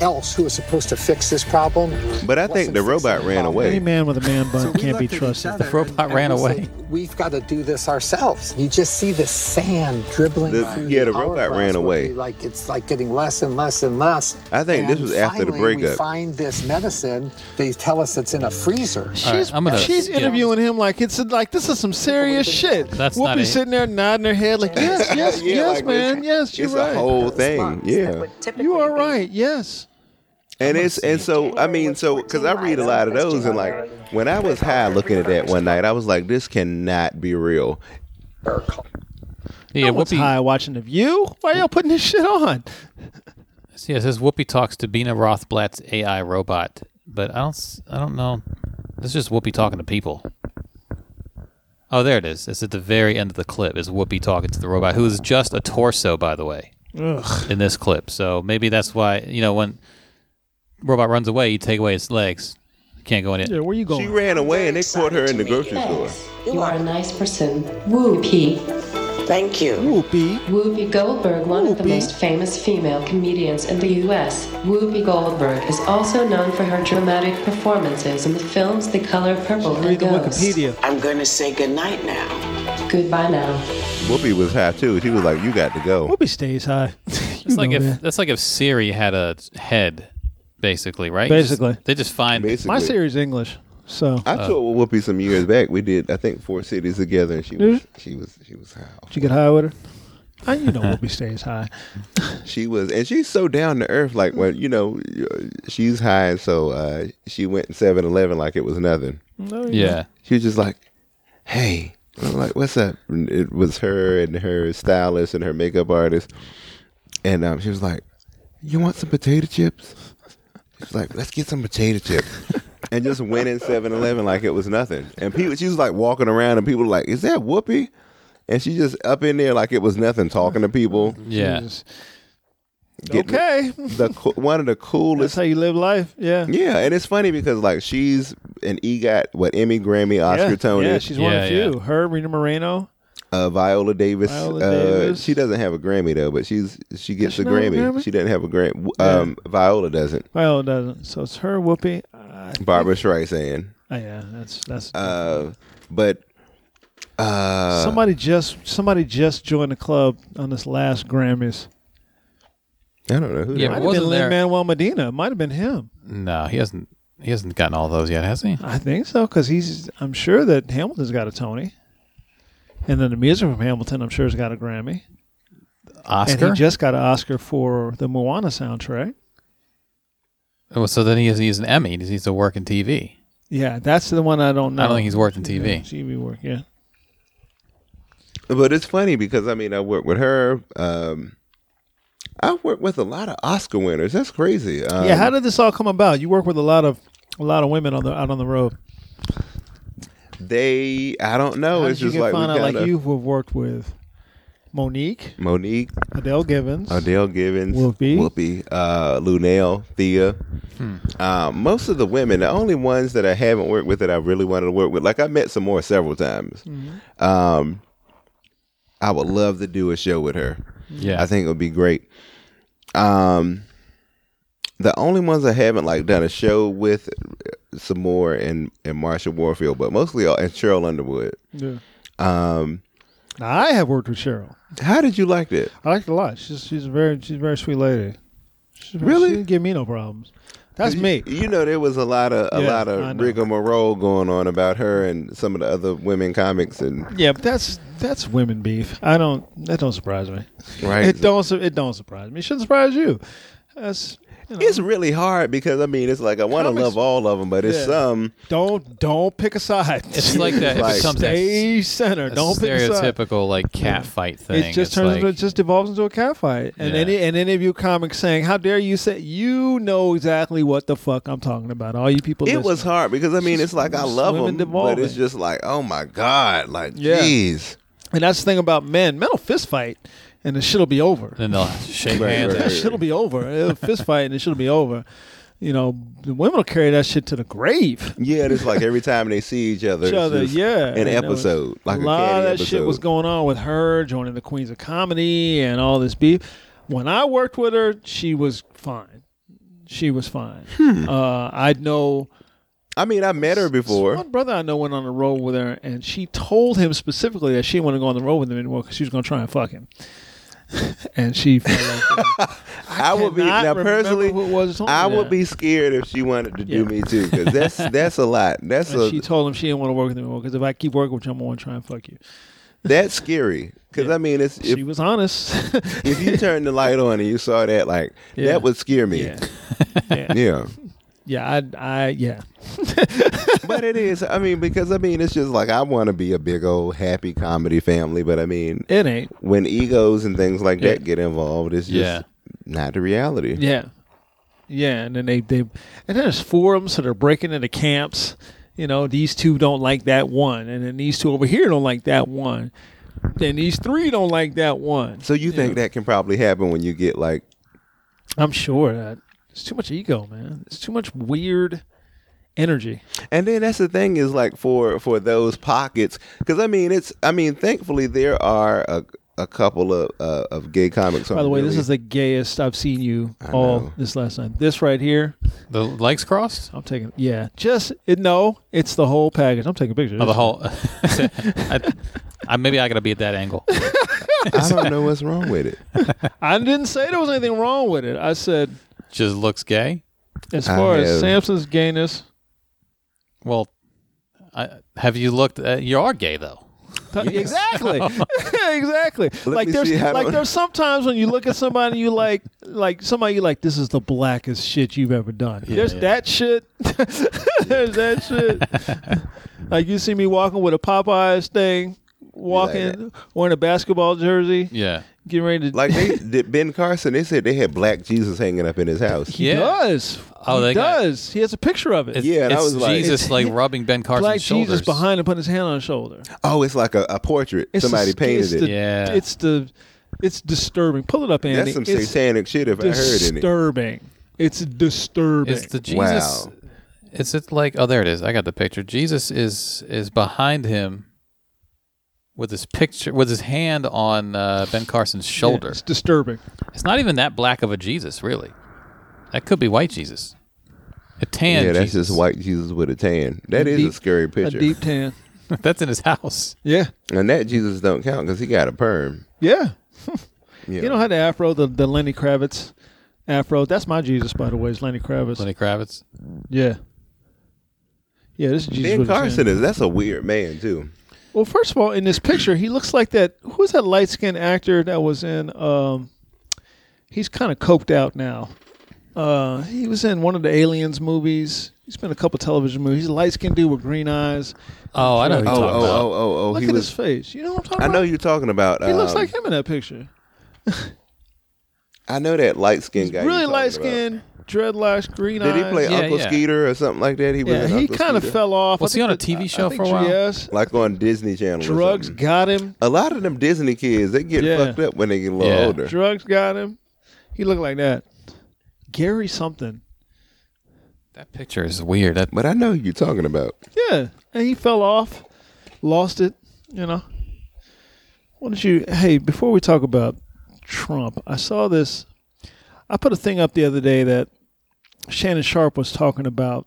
[SPEAKER 9] else who is supposed to fix this problem.
[SPEAKER 7] But I think
[SPEAKER 9] wasn't
[SPEAKER 7] the
[SPEAKER 9] fixing
[SPEAKER 7] robot
[SPEAKER 9] the
[SPEAKER 7] ran
[SPEAKER 9] problem.
[SPEAKER 7] away.
[SPEAKER 5] Any man with a man bun
[SPEAKER 9] So we
[SPEAKER 5] can't be
[SPEAKER 9] looked at each
[SPEAKER 5] trusted.
[SPEAKER 9] other
[SPEAKER 6] The robot
[SPEAKER 9] and- and
[SPEAKER 6] ran
[SPEAKER 9] we
[SPEAKER 6] away.
[SPEAKER 9] said, We've got to do this ourselves. You just see the sand dribbling.
[SPEAKER 7] The-
[SPEAKER 9] through
[SPEAKER 7] yeah, the robot
[SPEAKER 9] hourglass
[SPEAKER 7] ran
[SPEAKER 9] where
[SPEAKER 7] away.
[SPEAKER 9] we, Like it's like getting less and less and less.
[SPEAKER 7] I think this
[SPEAKER 9] And
[SPEAKER 7] was after the
[SPEAKER 9] finally We
[SPEAKER 7] breakup.
[SPEAKER 9] find this medicine. They tell us it's in a freezer.
[SPEAKER 5] She's,
[SPEAKER 6] I'm gonna
[SPEAKER 5] she's
[SPEAKER 6] skip.
[SPEAKER 5] interviewing him like it's like this is some serious shit.
[SPEAKER 6] That's
[SPEAKER 5] Whoopi
[SPEAKER 6] not a-
[SPEAKER 5] sitting there nodding her head like yes, yes,
[SPEAKER 7] Yeah,
[SPEAKER 5] yes,
[SPEAKER 7] like,
[SPEAKER 5] man,
[SPEAKER 7] it's-
[SPEAKER 5] yes, you're
[SPEAKER 7] it's
[SPEAKER 5] right.
[SPEAKER 7] a whole thing. Yeah.
[SPEAKER 5] you are right. Yes.
[SPEAKER 7] And it's and so I mean so because I read a lot of those and like when I was high looking at that one night I was like this cannot be real.
[SPEAKER 6] Yeah,
[SPEAKER 5] I was
[SPEAKER 6] Whoopi.
[SPEAKER 5] high watching the view. Why y'all putting this shit on?
[SPEAKER 6] Yeah, it says Whoopi talks to Bina Rothblatt's AI robot, but I don't. s- I don't know. This is just Whoopi talking to people. Oh, there it is. It's at the very end of the clip. Is Whoopi talking to the robot, who is just a torso, by the way, in this clip. So maybe that's why you know when robot runs away, you take away its legs. It can't go in it.
[SPEAKER 5] Yeah, where you
[SPEAKER 7] She
[SPEAKER 5] going?
[SPEAKER 7] ran away and they caught her in the grocery store.
[SPEAKER 4] You are a nice person. Whoopi.
[SPEAKER 8] Thank you.
[SPEAKER 5] Whoopi.
[SPEAKER 4] Whoopi Goldberg, one of the
[SPEAKER 5] Whoopi.
[SPEAKER 4] most famous female comedians in the US, Whoopi Goldberg is also known for her dramatic performances in the films The Color Purple and
[SPEAKER 5] Read the
[SPEAKER 4] Ghost.
[SPEAKER 5] Wikipedia.
[SPEAKER 8] I'm gonna say goodnight now.
[SPEAKER 4] Goodbye now.
[SPEAKER 7] Whoopi was high too. She was like you got to go.
[SPEAKER 5] Whoopi stays high. *laughs*
[SPEAKER 6] It's like if that's like if Siri had a head, basically, right? You just-
[SPEAKER 5] Basically.
[SPEAKER 6] they just find.
[SPEAKER 7] Basically,
[SPEAKER 5] my series English, so
[SPEAKER 7] I toured with Whoopi some years back. We did I think four cities together and she was she was she was high.
[SPEAKER 5] did you get high with her? I,
[SPEAKER 6] *laughs*
[SPEAKER 5] you know Whoopi stays high.
[SPEAKER 7] She was, and she's so down to earth. Like when you know she's high, and so uh, she went 7-Eleven like it was nothing.
[SPEAKER 5] Oh,
[SPEAKER 6] Yeah,
[SPEAKER 7] She was just like, "Hey," and I'm like, "What's up?" And it was her and her stylist and her makeup artist, and um, she was like, "You want some potato chips?" She was like, "Let's get some potato chips." And just went in 7-Eleven like it was nothing. And people, she was like walking around, and people were like, "Is that Whoopi?" And she just up in there like it was nothing, talking to people.
[SPEAKER 6] yeah.
[SPEAKER 7] getting-
[SPEAKER 5] Okay,
[SPEAKER 7] the co- one of the
[SPEAKER 5] that's
[SPEAKER 7] coolest.
[SPEAKER 5] how you live life. Yeah.
[SPEAKER 7] Yeah, and it's funny because like she's an E EGOT, what Emmy, Grammy, Oscar,
[SPEAKER 5] yeah.
[SPEAKER 7] Tony,
[SPEAKER 5] Yeah, she's one of
[SPEAKER 6] Yeah,
[SPEAKER 5] few. Her, Rena Moreno.
[SPEAKER 7] uh, Viola Davis.
[SPEAKER 5] Viola
[SPEAKER 7] uh,
[SPEAKER 5] Davis.
[SPEAKER 7] She doesn't have a Grammy though, but she's she gets
[SPEAKER 5] she
[SPEAKER 7] a
[SPEAKER 5] not have a
[SPEAKER 7] Grammy.
[SPEAKER 5] Grammy?
[SPEAKER 7] She didn't have a Grammy. Um,
[SPEAKER 5] *laughs*
[SPEAKER 7] Viola doesn't.
[SPEAKER 5] Well, it doesn't. So it's her, Whoopi. Uh,
[SPEAKER 7] Barbara Streisand.
[SPEAKER 5] oh, yeah, that's that's.
[SPEAKER 7] Uh, but uh,
[SPEAKER 5] somebody just somebody just joined the club on this last Grammys.
[SPEAKER 7] I don't know who.
[SPEAKER 6] Yeah,
[SPEAKER 7] that
[SPEAKER 5] Might
[SPEAKER 7] was.
[SPEAKER 5] have
[SPEAKER 6] wasn't
[SPEAKER 5] been
[SPEAKER 6] there-
[SPEAKER 5] Lin Manuel Medina. It Might have been him.
[SPEAKER 6] No, he hasn't. He hasn't gotten all those yet, has he?
[SPEAKER 5] I think so because he's. I'm sure that Hamilton's got a Tony, and then the music from Hamilton, I'm sure, has got a Grammy. And
[SPEAKER 6] Oscar.
[SPEAKER 5] he just got an Oscar for the Moana soundtrack.
[SPEAKER 6] Oh, so then he has, he's an Emmy. He needs to work in TV.
[SPEAKER 5] Yeah, that's the one I don't know.
[SPEAKER 6] I don't think he's worked in TV.
[SPEAKER 5] TV work. Yeah,
[SPEAKER 7] But it's funny because I mean I work with her. Um, I work with a lot of Oscar winners. That's crazy.
[SPEAKER 6] Uh,
[SPEAKER 7] Um,
[SPEAKER 5] yeah. How did this all come about? You work with a lot of a lot of women on the out on the road.
[SPEAKER 7] they? I don't know.
[SPEAKER 5] How
[SPEAKER 7] it's
[SPEAKER 5] did you
[SPEAKER 7] just
[SPEAKER 5] get
[SPEAKER 7] like we
[SPEAKER 5] found out? Like
[SPEAKER 7] gotta-
[SPEAKER 5] you have worked with Monique,
[SPEAKER 7] Monique,
[SPEAKER 5] Adele Givens.
[SPEAKER 7] Odell Givens,
[SPEAKER 5] Whoopi.
[SPEAKER 7] Whoopi, uh, Lunel, Thea. Uh, most of the women, the only ones that I haven't worked with that I really wanted to work with, like I met some more several times. Um, I would love to do a show with her.
[SPEAKER 6] Yeah.
[SPEAKER 7] I think it would be great. Um, the only ones I haven't like done a show with uh, some more and and Marsha Warfield, but mostly all and Cheryl Underwood.
[SPEAKER 5] Yeah.
[SPEAKER 7] Um,
[SPEAKER 5] Now, I have worked with Cheryl.
[SPEAKER 7] how did you like that?
[SPEAKER 5] I liked her a lot. She's she's a very she's a very sweet lady. She's,
[SPEAKER 7] Really?
[SPEAKER 5] she didn't give me no problems. That's
[SPEAKER 7] You-
[SPEAKER 5] me.
[SPEAKER 7] You know, there was a lot of a
[SPEAKER 5] Yeah,
[SPEAKER 7] lot
[SPEAKER 5] I
[SPEAKER 7] of
[SPEAKER 5] know.
[SPEAKER 7] rigmarole going on about her and some of the other women comics and
[SPEAKER 5] Yeah, but that's that's women beef. I don't that don't surprise me.
[SPEAKER 7] right.
[SPEAKER 5] It don't su- it don't surprise me. It shouldn't surprise you. That's you know,
[SPEAKER 7] it's really hard because I mean, it's like I want to
[SPEAKER 5] Comics-
[SPEAKER 7] love all of them, but it's
[SPEAKER 5] Yeah.
[SPEAKER 7] some
[SPEAKER 5] don't don't pick a side.
[SPEAKER 6] It's like that.
[SPEAKER 7] Like,
[SPEAKER 6] it becomes
[SPEAKER 5] *laughs*
[SPEAKER 6] that
[SPEAKER 5] Stay center.
[SPEAKER 6] s-
[SPEAKER 5] Don't pick a side.
[SPEAKER 6] stereotypical like cat fight thing.
[SPEAKER 5] It just
[SPEAKER 6] It's
[SPEAKER 5] turns
[SPEAKER 6] like,
[SPEAKER 5] into, it just devolves into a catfight. And
[SPEAKER 6] Yeah.
[SPEAKER 5] any and any of you comics saying, How dare you say you know exactly what the fuck I'm talking about. All you people
[SPEAKER 7] It was
[SPEAKER 5] listening.
[SPEAKER 7] hard because I mean, it's like I
[SPEAKER 5] just
[SPEAKER 7] love
[SPEAKER 5] women
[SPEAKER 7] them, but
[SPEAKER 5] devolving.
[SPEAKER 7] it's just like, oh my god, like,
[SPEAKER 5] Yeah.
[SPEAKER 7] jeez.
[SPEAKER 5] And that's the thing about men. Men will fist fight and the shit'll be over.
[SPEAKER 6] then they'll shake
[SPEAKER 7] Right,
[SPEAKER 6] hands.
[SPEAKER 7] right,
[SPEAKER 5] that
[SPEAKER 7] right.
[SPEAKER 5] shit'll be over. It'll fist fight and it shit'll be over. You know, the women will carry that shit to the grave.
[SPEAKER 7] Yeah, it's like every time they see each other,
[SPEAKER 5] Each
[SPEAKER 7] it's
[SPEAKER 5] other,
[SPEAKER 7] just
[SPEAKER 5] yeah.
[SPEAKER 7] an
[SPEAKER 5] And there was
[SPEAKER 7] episode, like
[SPEAKER 5] a
[SPEAKER 7] a,
[SPEAKER 5] lot of
[SPEAKER 7] candy
[SPEAKER 5] that
[SPEAKER 7] episode.
[SPEAKER 5] shit was going on with her joining the Queens of Comedy and all this beef. When I worked with her, she was fine. She was fine.
[SPEAKER 7] Hmm.
[SPEAKER 5] Uh, I know
[SPEAKER 7] I mean, I met her before.
[SPEAKER 5] one brother I know went on a road with her, and she told him specifically that she didn't want to go on the road with him anymore because she was going to try and fuck him. *laughs* and she felt
[SPEAKER 7] *laughs*
[SPEAKER 5] like that.
[SPEAKER 7] I, would be
[SPEAKER 5] cannot
[SPEAKER 7] now
[SPEAKER 5] remember
[SPEAKER 7] personally.
[SPEAKER 5] who it was that told
[SPEAKER 7] I
[SPEAKER 5] me
[SPEAKER 7] would
[SPEAKER 5] that.
[SPEAKER 7] be scared if she wanted to do
[SPEAKER 5] Yeah.
[SPEAKER 7] me too,
[SPEAKER 5] *laughs*
[SPEAKER 7] because that's that's a lot. That's
[SPEAKER 5] And
[SPEAKER 7] a
[SPEAKER 5] she told him she didn't want to work with him anymore because if I keep working with you, I'm going to try and fuck you.
[SPEAKER 7] that's scary. Because I mean, it's
[SPEAKER 5] she
[SPEAKER 7] if,
[SPEAKER 5] was honest. *laughs*
[SPEAKER 7] if you turned the light on and you saw that, like
[SPEAKER 5] Yeah.
[SPEAKER 7] that would scare me.
[SPEAKER 5] yeah,
[SPEAKER 7] *laughs* yeah.
[SPEAKER 5] yeah, I, I, yeah.
[SPEAKER 7] but it is. I mean, because I mean, it's just like I want to be a big old happy comedy family, but I mean,
[SPEAKER 5] It ain't.
[SPEAKER 7] when egos and things like
[SPEAKER 5] Yeah.
[SPEAKER 7] that get involved, it's just
[SPEAKER 6] Yeah.
[SPEAKER 7] not the reality.
[SPEAKER 5] Yeah, yeah, and then they they and then there's forums that are breaking into camps. You know, these two don't like that one, and then these two over here don't like that one. Then these three don't like that one.
[SPEAKER 7] So you think that can probably happen when you get like
[SPEAKER 5] I'm sure that it's too much ego, man. It's too much weird energy.
[SPEAKER 7] And then that's the thing is like for for those pockets because I mean it's I mean thankfully there are a, a couple of uh, of gay comics.
[SPEAKER 5] By the way, this is the gayest I've seen you all this last night. This right here,
[SPEAKER 6] The legs crossed?
[SPEAKER 5] I'm taking. Yeah, just it, no, it's the whole package. I'm taking pictures.
[SPEAKER 6] Oh, the whole. *laughs* I, I, maybe I got to be at that angle.
[SPEAKER 7] *laughs*
[SPEAKER 5] *laughs*
[SPEAKER 7] I don't know what's wrong with it.
[SPEAKER 5] I didn't say there was anything wrong with it. I said
[SPEAKER 6] Just looks gay.
[SPEAKER 5] as
[SPEAKER 7] I
[SPEAKER 5] far as
[SPEAKER 7] have-
[SPEAKER 5] Samson's gayness.
[SPEAKER 7] *laughs*
[SPEAKER 6] Well, I, have you looked? At, you are gay though.
[SPEAKER 7] *laughs*
[SPEAKER 5] Exactly. exactly. like
[SPEAKER 7] me
[SPEAKER 5] there's
[SPEAKER 7] see how
[SPEAKER 5] like
[SPEAKER 7] to-
[SPEAKER 5] there's sometimes when you look at somebody you like like somebody you like this is the blackest shit you've ever done. there's
[SPEAKER 6] yeah.
[SPEAKER 5] that shit. *laughs* there's that shit.
[SPEAKER 7] *laughs*
[SPEAKER 5] like you see me walking with a Popeyes thing, walking wearing a basketball jersey,
[SPEAKER 6] Yeah.
[SPEAKER 5] getting ready to
[SPEAKER 7] Like they did Ben Carson, they said they had black Jesus hanging up in his house.
[SPEAKER 5] he
[SPEAKER 6] Yeah.
[SPEAKER 5] does.
[SPEAKER 6] Oh,
[SPEAKER 5] he
[SPEAKER 6] they got-
[SPEAKER 5] does. he has a picture of it.
[SPEAKER 6] It's,
[SPEAKER 7] Yeah, and I
[SPEAKER 6] it's
[SPEAKER 7] was like-
[SPEAKER 6] Jesus like rubbing Ben Carson's
[SPEAKER 5] Black
[SPEAKER 6] shoulders.
[SPEAKER 5] Jesus behind and putting his hand on his shoulder.
[SPEAKER 7] Oh, it's like a, a portrait.
[SPEAKER 5] It's
[SPEAKER 7] Somebody
[SPEAKER 5] the-
[SPEAKER 7] painted
[SPEAKER 5] it's
[SPEAKER 7] it.
[SPEAKER 5] The,
[SPEAKER 6] Yeah.
[SPEAKER 5] It's the it's disturbing. Pull it up, Andy.
[SPEAKER 7] That's some
[SPEAKER 5] It's-
[SPEAKER 7] satanic shit if I heard any.
[SPEAKER 5] disturbing. It's disturbing.
[SPEAKER 6] It's the
[SPEAKER 7] Wow.
[SPEAKER 6] Jesus. Is it like? Oh, there it is. I got the picture. Jesus is is behind him with his picture with his hand on uh, Ben Carson's shoulder.
[SPEAKER 5] It's disturbing.
[SPEAKER 6] It's not even that black of a Jesus, really. That could be white Jesus. A tan.
[SPEAKER 7] Yeah, that's
[SPEAKER 6] Jesus.
[SPEAKER 7] just white Jesus with a tan. That is a
[SPEAKER 5] deep-
[SPEAKER 7] scary
[SPEAKER 5] A
[SPEAKER 7] picture.
[SPEAKER 5] deep tan.
[SPEAKER 6] *laughs* that's in his house.
[SPEAKER 5] Yeah.
[SPEAKER 7] and that Jesus don't count because he got a perm.
[SPEAKER 5] Yeah. *laughs*
[SPEAKER 7] Yeah.
[SPEAKER 5] You know how the afro, the, the Lenny Kravitz afro. That's my Jesus, by the way, is Lenny Kravitz.
[SPEAKER 6] Lenny Kravitz.
[SPEAKER 5] Yeah. Yeah, this is Jesus.
[SPEAKER 7] Ben
[SPEAKER 5] with his hand.
[SPEAKER 7] Carson is that's a weird man too.
[SPEAKER 5] Well, first of all, in this picture, he looks like that. Who's that light skinned actor that was in? Um, he's kind of coked out now. Uh, he was in one of the Aliens movies. He's been in a couple television movies. He's a light skinned dude with green eyes.
[SPEAKER 6] Oh, I know who
[SPEAKER 7] Oh,
[SPEAKER 6] you're
[SPEAKER 7] oh,
[SPEAKER 6] talking about.
[SPEAKER 7] oh, oh, oh!
[SPEAKER 5] Look
[SPEAKER 7] he
[SPEAKER 5] at
[SPEAKER 7] was.
[SPEAKER 5] his face. You know what I'm talking
[SPEAKER 7] I
[SPEAKER 5] about?
[SPEAKER 7] know you're talking about.
[SPEAKER 5] He looks
[SPEAKER 7] um,
[SPEAKER 5] like him in that picture.
[SPEAKER 7] I know that light skinned guy. you're
[SPEAKER 5] Really
[SPEAKER 7] talking
[SPEAKER 5] light skinned, dreadlocks, green
[SPEAKER 7] about.
[SPEAKER 5] eyes.
[SPEAKER 7] Did he play
[SPEAKER 6] Yeah,
[SPEAKER 7] Uncle
[SPEAKER 6] yeah.
[SPEAKER 7] Skeeter or something like that? He was.
[SPEAKER 5] Yeah,
[SPEAKER 7] in
[SPEAKER 5] he
[SPEAKER 7] Uncle
[SPEAKER 5] kind of
[SPEAKER 7] Skeeter.
[SPEAKER 5] fell off. I
[SPEAKER 6] Was he
[SPEAKER 5] think
[SPEAKER 6] on a
[SPEAKER 5] that-
[SPEAKER 6] TV
[SPEAKER 5] I
[SPEAKER 6] show
[SPEAKER 5] think
[SPEAKER 6] for a while?
[SPEAKER 5] GS,
[SPEAKER 7] Like on Disney Channel. or
[SPEAKER 5] drugs
[SPEAKER 7] something.
[SPEAKER 5] got
[SPEAKER 7] *laughs*
[SPEAKER 5] him.
[SPEAKER 7] A lot of them Disney kids, they get
[SPEAKER 5] Yeah.
[SPEAKER 7] fucked up when they get a little
[SPEAKER 6] Yeah.
[SPEAKER 7] older.
[SPEAKER 5] Drugs got him. He looked like that. Gary something.
[SPEAKER 6] That picture is weird. That
[SPEAKER 7] But I know who you're talking about.
[SPEAKER 5] Yeah, and he fell off, lost it. You know. Why don't you? Hey, before we talk about Trump, I saw this. I put a thing up the other day that Shannon Sharp was talking about.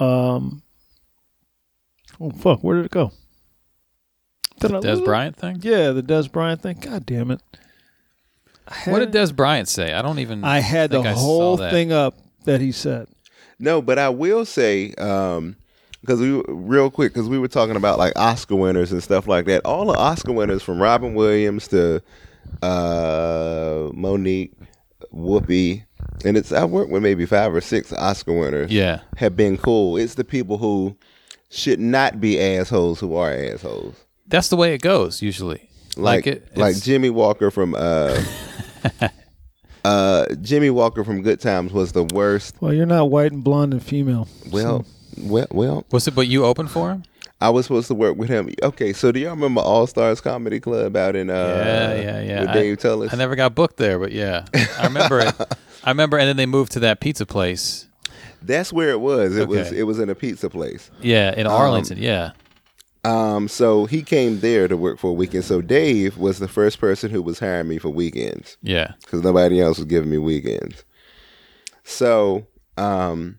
[SPEAKER 5] Um. Oh fuck! Where did it go? Did I lose
[SPEAKER 6] Des
[SPEAKER 5] it?
[SPEAKER 6] Bryant thing.
[SPEAKER 5] Yeah, the Des Bryant thing. God damn it! I
[SPEAKER 6] What did
[SPEAKER 5] had-
[SPEAKER 6] Des Bryant say? I don't even.
[SPEAKER 5] I had the
[SPEAKER 6] think I saw
[SPEAKER 5] whole
[SPEAKER 6] that.
[SPEAKER 5] thing up that he said.
[SPEAKER 7] No, but I will say, um, because we real quick, because we were talking about like Oscar winners and stuff like that. All the Oscar winners, from Robin Williams to uh, Monique, Whoopi, and it's I worked with maybe five or six Oscar winners.
[SPEAKER 6] Yeah.
[SPEAKER 7] have been cool. It's the people who should not be assholes who are assholes.
[SPEAKER 6] That's the way it goes usually.
[SPEAKER 7] Like like,
[SPEAKER 6] it, it's-
[SPEAKER 7] Jimmy Walker from
[SPEAKER 6] *laughs*
[SPEAKER 7] uh, uh, Jimmy Walker from Good Times was the worst.
[SPEAKER 5] Well, you're not white and blonde and female.
[SPEAKER 7] Well, well, well.
[SPEAKER 6] Was it? But you open for him?
[SPEAKER 7] I was supposed to work with him. Okay, so do y'all remember All Stars Comedy Club out in uh
[SPEAKER 6] yeah, yeah, yeah.
[SPEAKER 7] with
[SPEAKER 6] I-
[SPEAKER 7] Dave Tullis?
[SPEAKER 6] I never got booked there, but yeah, I remember
[SPEAKER 7] *laughs*
[SPEAKER 6] it. I remember, and then they moved to that pizza place.
[SPEAKER 7] That's where it was. It was
[SPEAKER 6] Okay.
[SPEAKER 7] it was in a pizza place.
[SPEAKER 6] Yeah, in Arlington. Yeah,
[SPEAKER 7] Um so he came there to work for a weekend. So Dave was the first person who was hiring me for weekends
[SPEAKER 6] yeah.
[SPEAKER 7] cuz nobody else was giving me weekends. So um,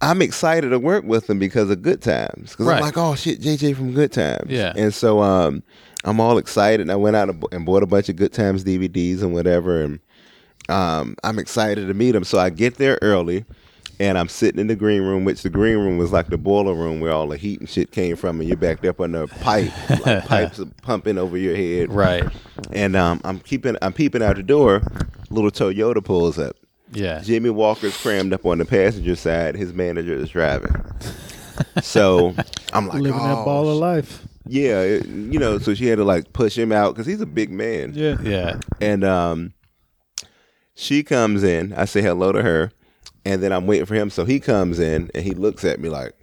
[SPEAKER 7] I'm excited to work with him because of Good Times. Because
[SPEAKER 6] Right.
[SPEAKER 7] I'm like, oh shit, JJ from Good Times.
[SPEAKER 6] Yeah.
[SPEAKER 7] And so um, I'm all excited. And I went out and b- and bought a bunch of Good Times DVDs and whatever. And um, I'm excited to meet him. So I get there early. And I'm sitting in the green room, which the green room was like the boiler room where all the heat and shit came from, and you're backed up under a pipe,
[SPEAKER 6] *laughs*
[SPEAKER 7] like pipes are pumping over your head.
[SPEAKER 6] Right.
[SPEAKER 7] And um, I'm keeping, I'm peeping out the door. Little Toyota pulls up.
[SPEAKER 6] Yeah.
[SPEAKER 7] Jimmy Walker's crammed up on the passenger side. His manager is driving. So I'm like,
[SPEAKER 5] Living
[SPEAKER 7] "Oh,
[SPEAKER 5] that ball of life.
[SPEAKER 7] yeah, it- you know. So she had to like push him out because he's a big man.
[SPEAKER 5] Yeah.
[SPEAKER 6] Yeah.
[SPEAKER 7] And um, she comes in. I say hello to her, and then I'm waiting for him. So he comes in and he looks at me like,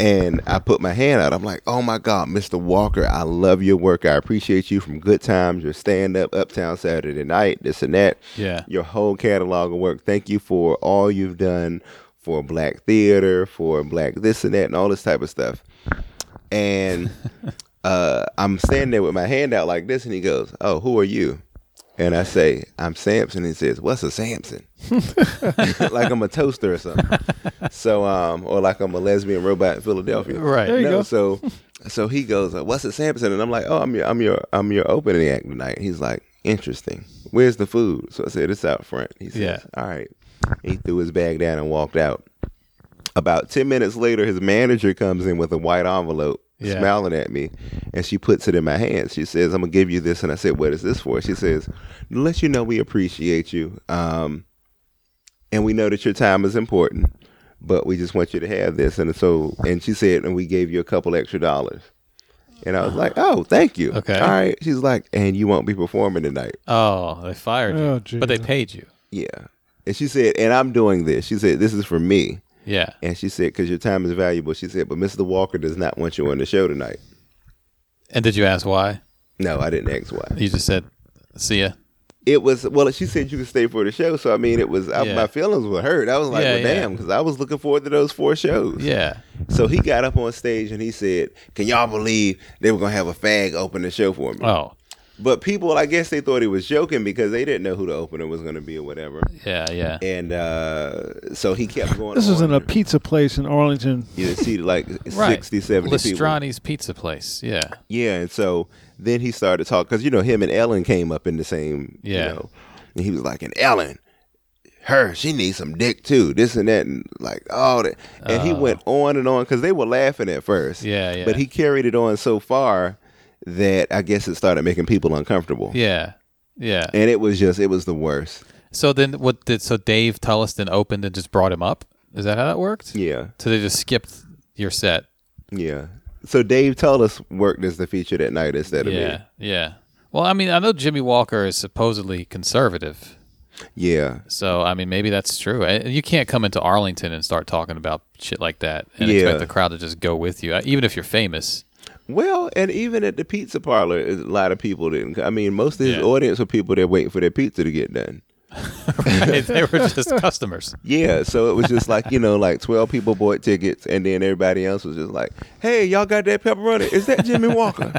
[SPEAKER 7] and I put my hand out. I'm like, oh my god, Mr. Walker, I love your work. I appreciate you from Good Times, your stand up, Uptown Saturday Night, this and that.
[SPEAKER 6] Yeah.
[SPEAKER 7] your whole catalog of work. Thank you for all you've done for black theater, for black this and that, and all this type of stuff. And uh, I'm standing there with my hand out like this, and he goes, "Oh, who are you?" And I say, "I'm Samson." He says, "What's a Samson?" *laughs* like I'm a toaster or something. So, um, or like I'm a lesbian robot in Philadelphia.
[SPEAKER 6] Right. There you
[SPEAKER 7] no,
[SPEAKER 5] go.
[SPEAKER 7] So, so he goes, uh, "What's a Samson?" And I'm like, "Oh, I'm your, I'm your, I'm your opening act tonight." He's like, "Interesting. Where's the food?" So I said, "It's out front." He says,
[SPEAKER 6] Yeah.
[SPEAKER 7] "All right." He threw his bag down and walked out. About 10 minutes later, his manager comes in with a white envelope,
[SPEAKER 6] Yeah.
[SPEAKER 7] smiling at me, and she puts it in my hand. She says, I'm going to give you this. And I said, What is this for? She says, "To Let you know we appreciate you. Um, and we know that your time is important, but we just want you to have this. And so, and she said, And we gave you a couple extra dollars. And I was like, Oh, thank you.
[SPEAKER 6] Uh-huh. Okay.
[SPEAKER 7] All right. She's like, And you won't be performing tonight.
[SPEAKER 6] Oh, they fired you,
[SPEAKER 5] Oh,
[SPEAKER 6] but they
[SPEAKER 5] Jesus.
[SPEAKER 6] paid you.
[SPEAKER 7] Yeah. And she said, And I'm doing this. She said, This is for me.
[SPEAKER 6] Yeah.
[SPEAKER 7] And she said, because your time is valuable. She said, but Mr. Walker does not want you on the show tonight.
[SPEAKER 6] And did you ask why?
[SPEAKER 7] No, I didn't ask why.
[SPEAKER 6] You just said, "See ya."
[SPEAKER 7] It was, well, she said you could stay for the show. So, I mean, it was, I,
[SPEAKER 6] Yeah.
[SPEAKER 7] my feelings were hurt. I was like,
[SPEAKER 6] Yeah,
[SPEAKER 7] well,
[SPEAKER 6] yeah.
[SPEAKER 7] damn, because I was looking forward to those four shows.
[SPEAKER 6] Yeah.
[SPEAKER 7] So he got up on stage and he said, can y'all believe they were going to have a fag open the show for me?
[SPEAKER 6] Oh,
[SPEAKER 7] But people, I guess they thought he was joking because they didn't know who the opener was going to be or whatever.
[SPEAKER 6] yeah, yeah.
[SPEAKER 7] And uh, so he kept going.
[SPEAKER 5] This was
[SPEAKER 7] on.
[SPEAKER 5] in a pizza place in Arlington.
[SPEAKER 7] You could see like
[SPEAKER 6] Right.
[SPEAKER 7] 60, 70 people.
[SPEAKER 6] Lestrani's Pizza Place. Yeah.
[SPEAKER 7] Yeah, and so then he started talking because you know him and Ellen came up in the same.
[SPEAKER 6] Yeah.
[SPEAKER 7] You know, and he was like, and Ellen, her, she needs some dick too. This and that, and like all that. And he went on and on because they were laughing at first.
[SPEAKER 6] Oh. Yeah, yeah.
[SPEAKER 7] But he carried it on so far that I guess it started making people uncomfortable.
[SPEAKER 6] Yeah. Yeah.
[SPEAKER 7] And it was just, it was the worst.
[SPEAKER 6] So then, what did so Dave Tulliston opened and just brought him up? Is that how that worked?
[SPEAKER 7] Yeah,
[SPEAKER 6] So they just skipped your set.
[SPEAKER 7] yeah. So Dave Tullis worked as the feature that night instead of
[SPEAKER 6] yeah, yeah. Well, I mean, I know Jimmy Walker is supposedly conservative,
[SPEAKER 7] me. Yeah,
[SPEAKER 6] so I mean, maybe that's true. And You can't come into Arlington and start talking about shit like that and
[SPEAKER 7] Yeah.
[SPEAKER 6] expect the crowd to just go with you, uh, even if you're famous. *laughs*
[SPEAKER 7] Well, and even at the pizza parlor, a lot of people didn't. I mean, most of his
[SPEAKER 6] Yeah.
[SPEAKER 7] audience were people that waiting for their pizza to get done.
[SPEAKER 6] Right? they were just customers.
[SPEAKER 7] Yeah, so it was just like you know, like twelve people bought tickets, and then everybody else was just like, "Hey, y'all got that pepperoni? Is that
[SPEAKER 6] *laughs*
[SPEAKER 7] Jimmy Walker?